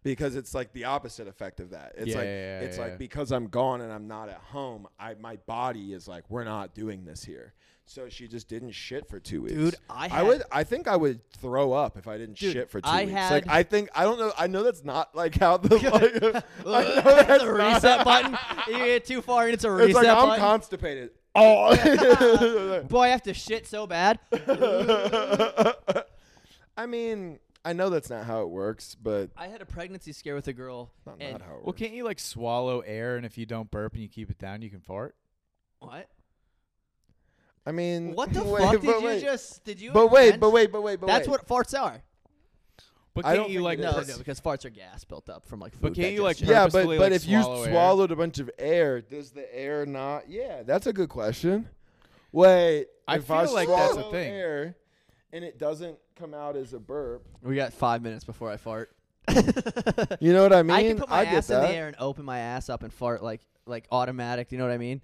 B: because it's like the opposite effect of that. It's
C: Yeah,
B: like
C: yeah, yeah,
B: it's
C: yeah.
B: like because I'm gone and I'm not at home, I my body is like we're not doing this here. So she just didn't shit for two weeks.
A: Dude, I had-
B: would I think I would throw up if I didn't
A: Dude,
B: shit for two
A: I
B: weeks.
A: had-
B: like I think I don't know I know that's not like how the like, I know
A: That's
B: that's
A: a
B: not-
A: reset button. You get too far and it's a reset
B: It's like I'm
A: button.
B: constipated. Oh
A: Boy, I have to shit so bad.
B: I mean, I know that's not how it works, but
A: I had a pregnancy scare with a girl.
B: not,
A: and
B: not how it
C: Well,
B: works.
C: can't you like swallow air, and if you don't burp and you keep it down, you can fart?
A: what?
B: I mean,
A: What the
B: wait,
A: fuck
B: but
A: did you
B: wait.
A: just? Did you?
B: But wait,
A: invent-
B: but wait, but wait, but
A: That's
B: wait.
A: what farts are.
C: But
B: I
C: can't
B: don't
C: you
B: think
C: like?
B: it
A: No,
C: pers-
A: no, because farts are gas built up from like food.
C: But can't you, like,
A: digestion.
B: Yeah, but
C: purposefully,
B: but
C: like,
B: if you
C: swallow air?
B: swallowed a bunch of air, does the air not? Yeah, that's a good question. Wait,
C: I
B: if
C: feel like that's a
B: swallow
C: thing.
B: Air, and it doesn't come out as a burp.
A: we got five minutes before I fart.
B: You know what I mean?
A: I can put my
B: get
A: ass in
B: that.
A: the air and open my ass up and fart like like automatic. Do you know what I mean?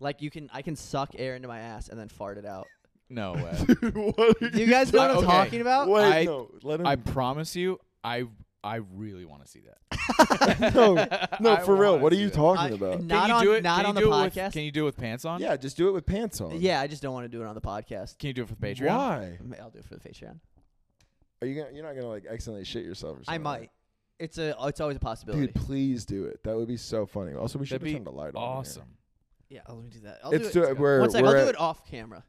A: Like you can, I can suck air into my ass and then fart it out.
C: no way.
A: Do you guys know what I'm
C: Okay.
A: talking about?
B: Wait,
C: I-
B: no, let him.
C: I promise you, I I really want to see that.
B: no, no,
C: I
B: for real.
C: wanna
B: What are
C: see
B: you
C: that.
A: I-
B: talking about?
A: Not
C: can you
A: on,
C: do it?
A: not
C: can
A: on
C: you
A: the
C: do it with-
A: podcast.
C: can you do it with pants on?
B: Yeah, just do it with pants on.
A: yeah, I just don't want to do it on the podcast.
C: Can you do it for the Patreon?
B: Why?
A: I'll do it for the Patreon.
B: Are you gonna, you're not gonna like accidentally shit yourself? Or something
A: I
B: right?
A: might. It's a. It's always a possibility.
B: Dude, please do it. That would be so funny. Also, we should
C: That'd be
B: turn the light on. here.
C: awesome.
A: yeah, I'll do that. I'll
B: It's
A: do
B: to
A: it.
B: where
A: One sec,
B: we're
A: I'll
B: at-
A: do it off camera.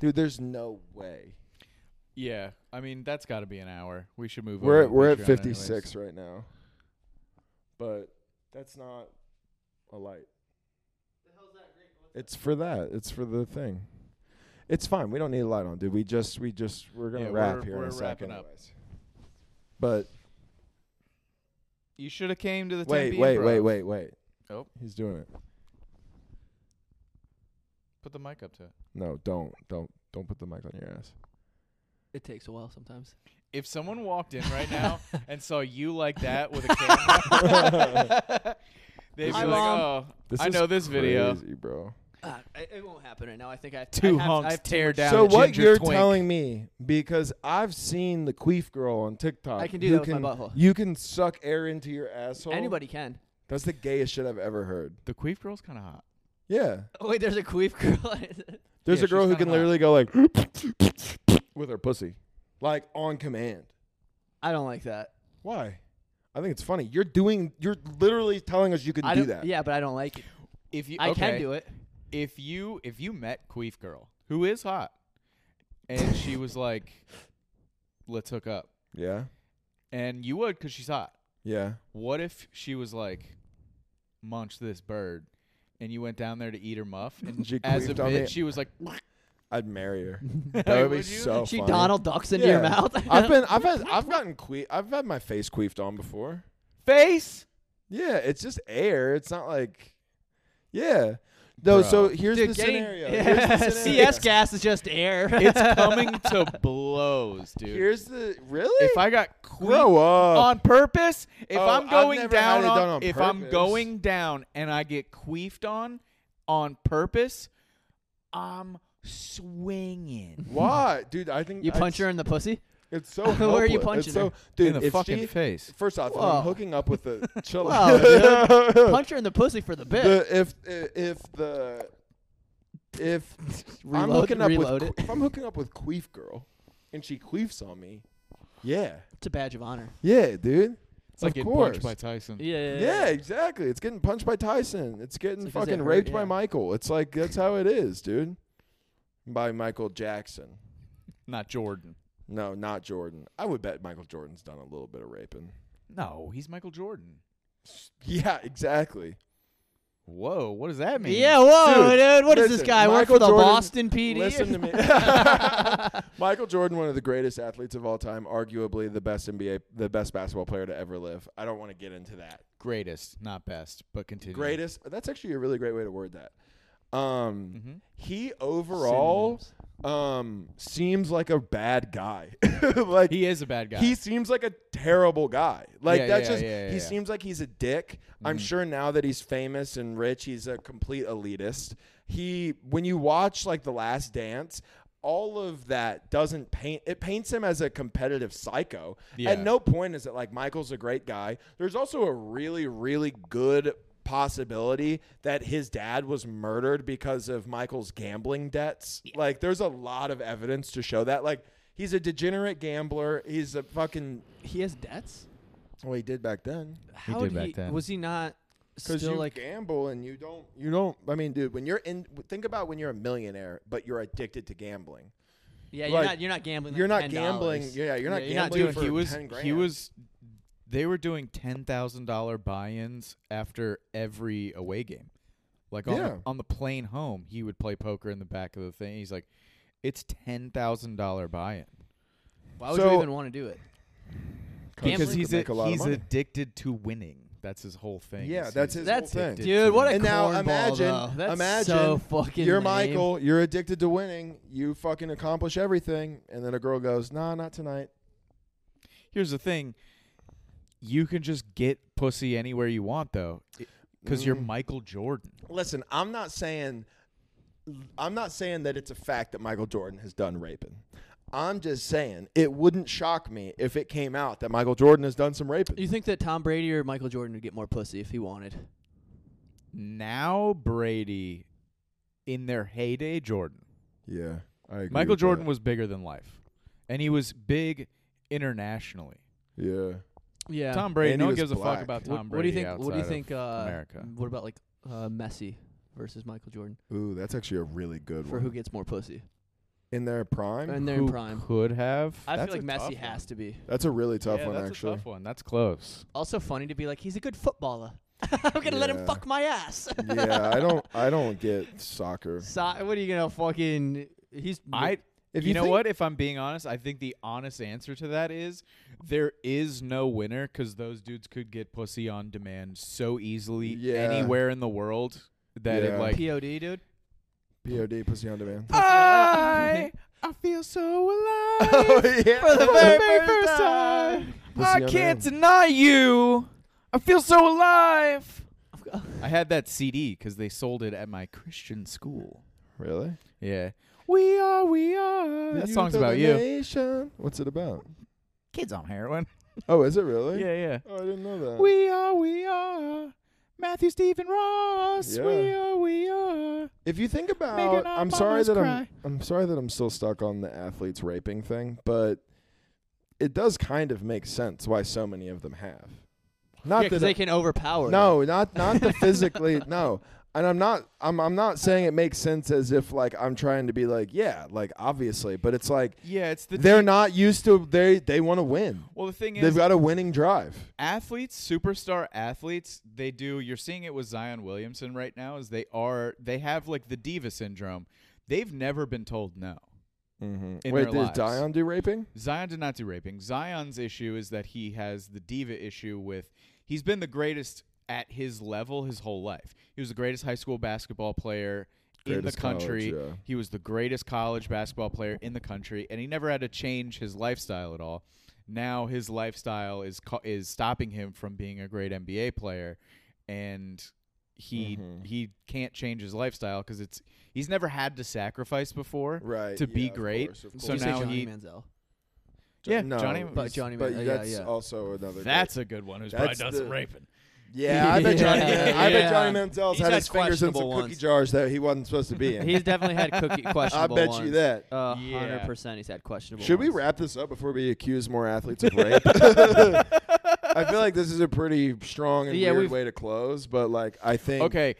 B: dude. There's no way.
C: Yeah, I mean that's got to be an hour. We should move.
B: We're
C: over
B: at,
C: to
B: we're at
C: Patreon
B: 56
C: anyways.
B: right now. But that's not a light. It's for that. It's for the thing. It's fine. We don't need a light on, dude. We just we just we're gonna
C: Yeah,
B: wrap
C: we're-
B: here
C: we're
B: in a second.
C: wrapping up.
B: anyways. But
C: You should have came to the
B: wait,
C: Tempe
B: wait, wait,
C: Improv.
B: wait, wait.
C: Oh.
B: He's doing it.
C: Put the mic up to it.
B: No, don't, don't, don't put the mic on your ass.
A: It takes a while sometimes.
C: If someone walked in right now and saw you like that with a camera, they'd be
A: Hi,
C: like,
A: Mom.
C: "Oh,
B: This
C: I
B: is
C: know this video."
B: crazy, bro.
A: Uh, it, it won't happen right now. I think I have
C: Two
A: I have,
C: hunks
A: I have too
C: tear
A: much-
C: down.
B: so
C: a
B: what
C: ginger
B: you're
C: twink.
B: telling me because i've seen the queef girl on tiktok
A: I can do
B: who
A: that with my butthole.
B: you can suck air into your asshole
A: Anybody can.
B: that's the gayest shit i've ever heard
C: the queef girl's kind of hot.
B: yeah
A: Oh, wait, there's a queef girl.
B: there's
C: Yeah,
B: a girl who
C: she's kinda
B: can
C: hot.
B: literally go like with her pussy like on command
A: I don't like that.
B: why i think it's funny you're doing you're literally telling us you can
A: I
B: do
A: don't,
B: that
A: Yeah, but I don't like it.
C: If you,
A: I can
C: okay,
A: do it.
C: If you, if you met queef girl who is hot, and she was like, "Let's hook up,"
B: yeah
C: and you would because she's hot.
B: yeah
C: What if she was like, munch this bird, and you went down there to eat her muff, and
B: She
C: as a
B: queefed on
C: bitch,
B: it.
C: she was like,
B: i'd marry her that would be
C: Would you?
B: so
A: she
B: funny.
A: Donald ducks into your
B: Oh, Yeah.
A: mouth.
B: i've been i've had i've gotten que- i've had my face queefed on before
C: "Face."
B: Yeah, it's just air. It's not like, yeah. No, so
C: Bro.
B: here's
A: Dude,
B: the
A: getting-
B: scenario. Here's the scenario.
A: CS gas is just air.
C: It's coming to blows, dude.
B: Here's the really.
C: if I got
B: grow
C: queefed
B: up,
C: on purpose, if
B: Oh,
C: I'm
B: I've
C: going
B: never had
C: down
B: it
C: on,
B: done on
C: if I'm
B: purpose.
C: going down and I get queefed on on purpose, I'm swinging.
B: why, dude? I think
A: you
B: I-
A: punch her in the pussy.
B: It's so.
A: Where are you
B: helpless.
A: punching
B: It's so,
A: her?
B: dude?
C: In the
B: if
C: fucking
B: she-
C: face.
B: First off, if
A: Whoa.
B: I'm hooking up with the chill.
A: Whoa, dude. punch her in the pussy for the bit.
B: the, if if the if I'm
A: Reload-
B: hooking up
A: reload
B: with
A: it.
B: que- if I'm hooking up with queef girl, and she queefs on me, yeah,
A: it's a badge of honor.
B: yeah, dude.
C: It's like
B: of
C: getting
B: course.
C: punched by Tyson.
A: Yeah.
B: Yeah, exactly. It's getting punched by Tyson. It's
A: It's
B: getting
A: like, 'cause it
B: fucking
A: hurt,
B: raped
A: yeah.
B: by Michael. It's like that's how it is, dude. By Michael Jackson.
C: Not Jordan.
B: No, not Jordan. I would bet Michael Jordan's done a little bit of raping.
C: No, he's Michael Jordan.
B: Yeah, exactly.
C: Whoa, what does that mean?
A: Yeah, whoa, dude.
B: Dude,
A: What does this
B: listen,
A: guy work
B: Michael
A: for the
B: Jordan-
A: Boston PD?
B: Listen to me. Michael Jordan, one of the greatest athletes of all time, arguably the best NBA, the best basketball player to ever live. I don't want to get into that.
C: greatest, not best, but continue.
B: Greatest. That's actually a really great way to word that. Um,
C: Mhm.
B: he overall um seems like a bad guy. like
C: He is a bad guy.
B: he seems like a terrible guy. Like
C: Yeah,
B: that's
C: yeah,
B: just
C: yeah, yeah,
B: he
C: yeah.
B: seems like he's a dick. I'm sure now that he's famous and rich, he's a complete elitist. He when you watch like The Last Dance, all of that doesn't paint it paints him as a competitive psycho.
C: Yeah.
B: At no point is it like Michael's a great guy. There's also a really really good possibility that his dad was murdered because of Michael's gambling debts. Like, there's a lot of evidence to show that. Like, he's a degenerate gambler. He's a fucking.
A: He has debts.
B: Well, he did back then.
A: How did
C: did back
A: he,
C: then.
A: Was he not
B: Because
A: still
B: you
A: like?
B: gamble and you don't, you don't. I mean, dude, when you're in, think about when you're a millionaire, but you're addicted to gambling.
A: Yeah, you're
B: like,
A: not. You're not gambling. like
B: you're not
A: $10.
B: gambling- yeah, you're not gambling
A: doing-
C: Dude,
B: for
C: he was
B: 10
C: he
B: grand.
C: was they were doing ten thousand dollar buy-ins after every away game. Like on,
B: Yeah.
C: the, on the plane home, he would play poker in the back of the thing. He's like, "It's ten thousand dollar buy-in
A: Why would
B: So-
A: you even want to do it?
C: because
A: Gambling?
C: he's
B: could make a lot of
C: he's
B: money.
C: addicted to winning. That's his whole thing.
B: Yeah,
C: is
B: that's
C: he's-
B: his
A: That's
B: whole thing.
A: dude. What a
B: and now
A: cornball,
B: imagine,
A: though. That's
B: imagine
A: so fucking.
B: you're
A: lame.
B: Michael. You're addicted to winning. You fucking accomplish everything, and then a girl goes, "Nah, not tonight."
C: Here's the thing: you can just get pussy anywhere you want, though, because
B: Mm.
C: you're Michael Jordan.
B: Listen, I'm not saying, I'm not saying that it's a fact that Michael Jordan has done raping. I'm just saying it wouldn't shock me if it came out that Michael Jordan has done some raping.
A: You think that Tom Brady or Michael Jordan would get more pussy if he wanted?
C: Now Brady, in their heyday, Jordan.
B: Yeah, I agree
C: Michael
B: with
C: Jordan
B: that.
C: was bigger than life, and he was big internationally.
B: Yeah,
A: Yeah.
C: Tom Brady,
B: And
C: no
B: he
C: one
B: was
C: gives a
B: black.
C: fuck about
A: What,
C: Tom Brady.
A: what do you think? What do you
C: outside of
A: think? Uh,
C: America.
A: What about like uh, Messi versus Michael Jordan
B: ooh, that's actually a really good
A: for
B: one.
A: who gets more pussy?
B: in their prime.
A: And they're
C: Who
A: in prime.
C: could have?
A: I
C: That's
A: feel like
C: a
A: Messi
C: tough
A: has to be.
B: that's a really
C: one.
B: tough
C: yeah,
B: one,
C: that's
B: actually.
C: a tough one. That's close.
A: Also funny to be like he's a good footballer. I'm gonna let him
B: Yeah.
A: fuck my ass.
B: yeah, I don't, I don't get soccer.
A: So, what are you gonna fucking? He's
C: I.
B: If
C: you,
B: you
C: know
B: think-
C: what? If I'm being honest, I think the honest answer to that is there is no winner because those dudes could get pussy on demand so easily
B: Yeah.
C: anywhere in the world that
B: Yeah.
C: it like
A: POD dude.
B: Pod pussy on demand.
C: I I feel so alive
B: Oh, yeah.
C: Oh, for the very, first time.
B: Pussy on hand.
C: deny you. I feel so alive. I had that CD because they sold it at my Christian school.
B: Really?
C: Yeah. We are, we are. That song's about you.
B: What's it about?
C: Kids on heroin.
B: Oh, is it really?
C: Yeah, yeah.
B: Oh, I didn't know that.
C: We are, we are. Matthew, Stephen, Ross. We
B: Yeah.
C: are, we are.
B: if you think
C: Megan,
B: about,
C: our
B: I'm sorry
C: mamas
B: that
C: cry.
B: I'm, I'm sorry that I'm still stuck on the athletes raping thing, but it does kind of make sense why so many of them have. Not
A: Yeah,
B: that
A: 'cause they can overpower.
B: No, not not the physically. No, and I'm not. I'm I'm not saying it makes sense as if like I'm trying to be like yeah, like obviously, but it's like
C: Yeah, it's the.
B: they're not used to they they want to win.
C: well, the thing
B: They've
C: is,
B: got a winning drive.
C: athletes, superstar athletes, they do. You're seeing it with Zion Williamson right now. Is they are they have like the diva syndrome. They've never been told no.
B: Mm-hmm.
C: in
B: Wait,
C: their
B: did
C: lives.
B: Dion do raping?
C: Zion did not do raping. Zion's issue is that he has the diva issue with he's been the greatest at his level his whole life. He was the greatest high school basketball player in the
B: Greatest college,
C: country.
B: yeah.
C: He was the greatest college basketball player in the country and he never had to change his lifestyle at all. Now his lifestyle is co- is stopping him from being a great NBA player and he
B: Mm-hmm.
C: he can't change his lifestyle cuz it's he's never had to sacrifice before
B: Right.
C: to be great. So
A: Did you say
C: now
A: Johnny
C: he
A: Manziel.
C: yeah,
B: no,
C: Johnny
A: But Johnny
B: But
A: Manziel.
B: that's
A: yeah, yeah.
B: also another.
C: That's a good one. Who's probably
B: That's
C: done some
B: the-
C: raping.
B: yeah. I bet Johnny.
A: Yeah.
B: Man, I bet Johnny
A: Yeah.
B: Manziel's
A: He's
B: had
A: had
B: his fingers in some
A: questionable
B: cookie
A: ones.
B: jars that he wasn't supposed to be in.
A: He's definitely had cookie
B: I
A: questionable.
B: bet you
A: ones.
B: that.
A: A
C: Yeah.
A: hundred percent, he's had questionable.
B: Should we
A: ones.
B: wrap this up before we accuse more athletes of rape? I feel like this is a pretty strong and
A: Yeah,
B: weird
A: we've-
B: way to close, but like I think
C: Okay,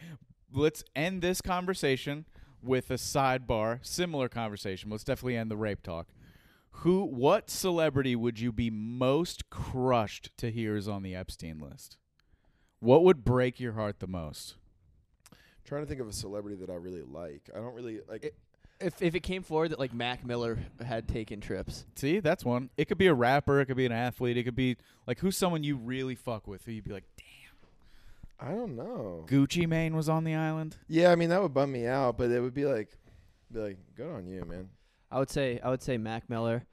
C: let's end this conversation with a sidebar, similar conversation. Let's definitely end the rape talk. Who, what celebrity would you be most crushed to hear is on the Epstein list? What would break your heart the most?
B: trying to think of a celebrity that I really like. I don't really like.
A: It- If if it came forward that like Mac Miller had taken trips,
C: See, that's one. It could be a rapper, it could be an athlete, it could be like who's someone you really fuck with who you'd be like, damn,
B: I don't know.
C: Gucci Mane was on the island.
B: Yeah, I mean that would bum me out, but it would be like, be like, good on you, man.
A: I would say I would say Mac Miller.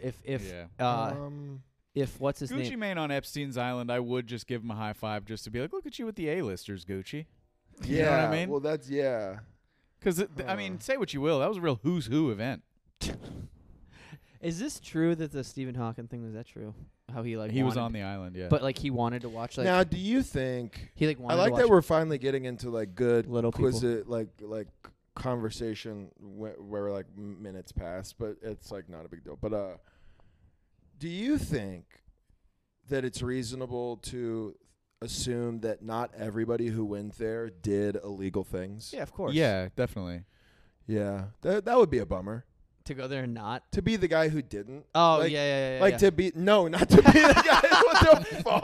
A: If if
C: Yeah.
A: uh,
B: um,
A: if what's his
C: Gucci
A: name?
C: Mane on Epstein's Island, I would just give him a high five just to be like, look at you with the A-listers, Gucci.
B: yeah.
C: you know what I mean?
B: Well, that's
A: Oh.
B: yeah.
C: Because, I mean, say what you will. That was a real who's who event.
A: Is this true that the Stephen Hawking thing was that true? How he like
C: He was
A: wanted-
C: on the island, yeah.
A: but like he wanted to watch like
B: now, do you think?
A: he like
B: I
A: wanted
B: like
A: to
B: that
A: watch
B: we're finally getting into like good
A: Little people.
B: quizzi- like like conversation where, where like minutes pass, but it's like not a big deal. But uh, do you think that it's reasonable to assume that not everybody who went there did illegal things?
A: yeah, of course.
C: yeah, definitely.
B: Yeah, that that would be a bummer
A: to go there and not.
B: to be the guy who didn't.
A: Oh
B: Like-
A: yeah, yeah, yeah.
B: Like
A: yeah.
B: to be no, not to be the guy. What the fuck?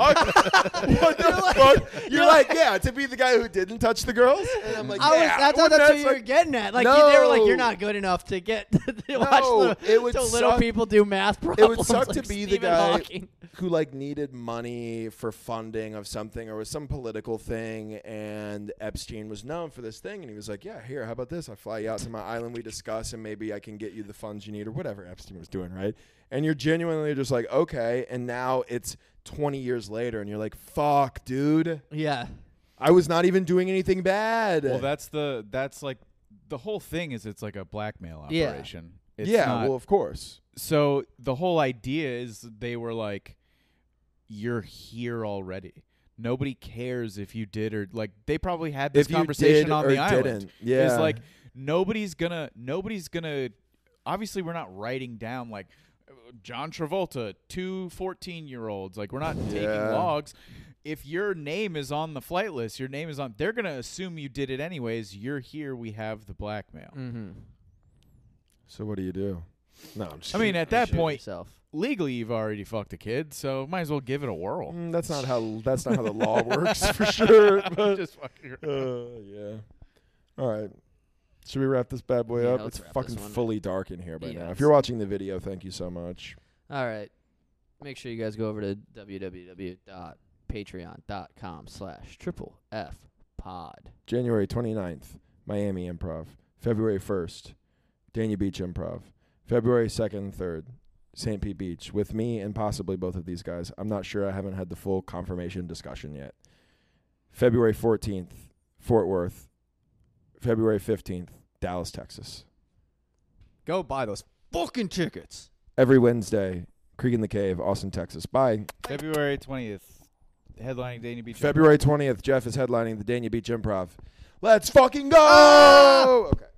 B: What the fuck? You're, like, yeah, to be the guy who didn't touch the girls. And I'm like,
A: I was.
B: yeah.
A: I thought
B: wouldn't
A: that's
B: that
A: what you were
B: suck?
A: getting at. Like you- they were like,
B: No.
A: you're not good enough to get to watch
B: No,
A: the,
B: it would
A: to little
B: suck-
A: people do math problems.
B: suck
A: like
B: to be the
A: Stephen
B: guy-
A: Hawking.
B: who like needed money for funding of something or was some political thing and Epstein was known for this thing and he was like, Yeah, here, how about this? I fly you out to my island, we discuss and maybe I can get you the funds you need or whatever Epstein was doing, right? And you're genuinely just like, okay, and now it's twenty years later and you're like, Fuck, dude.
A: Yeah.
B: I was not even doing anything bad.
C: Well, that's the that's like the whole thing is it's like a blackmail
A: Yeah.
C: operation. It's
B: yeah,
C: not-
B: well, of course.
C: so the whole idea is they were like you're here already. Nobody cares if you did or like they probably had this
B: If you
C: conversation
B: did
C: on
B: or
C: the island.
B: didn't. Yeah.
C: It's like nobody's gonna nobody's gonna obviously we're not writing down like John Travolta, two 14 year olds. Like, we're not taking
B: Yeah.
C: logs. If your name is on the flight list, your name is on, they're going to assume you did it anyways. You're here. We have the blackmail.
B: Mm,
A: Mm-hmm.
B: So what do you do? No, I'm just
C: I mean, at that point,
A: yourself.
C: legally, you've already fucked a kid, so might as well give it a whirl.
B: Mm, that's not how that's not how the law works for sure.
C: I'm
B: but-
C: just fucking around.
B: Uh, yeah. All right. Should we wrap this bad boy
A: Yeah,
B: up?
A: let's
B: It's
A: wrap
B: fucking
A: this one.
B: fully dark in here by
A: Yeah,
B: now. If
A: it's-
B: you're watching the video, thank you so much.
A: All right. Make sure you guys go over to www.patreon.com slash triple F pod.
B: January 29th, Miami Improv. February 1st, Dania Beach Improv. February 2nd and 3rd, St. Pete Beach with me and possibly both of these guys. I'm not sure. I haven't had the full confirmation discussion yet. February 14th, Fort Worth. February 15th, Dallas, Texas.
A: Go buy those fucking tickets.
B: Every Wednesday, Creek in the Cave, Austin, Texas. Bye.
C: February 20th, headlining Danny Beach. Ah!
B: February 20th, Jeff is headlining the Dania Beach Improv. Let's fucking go! Okay.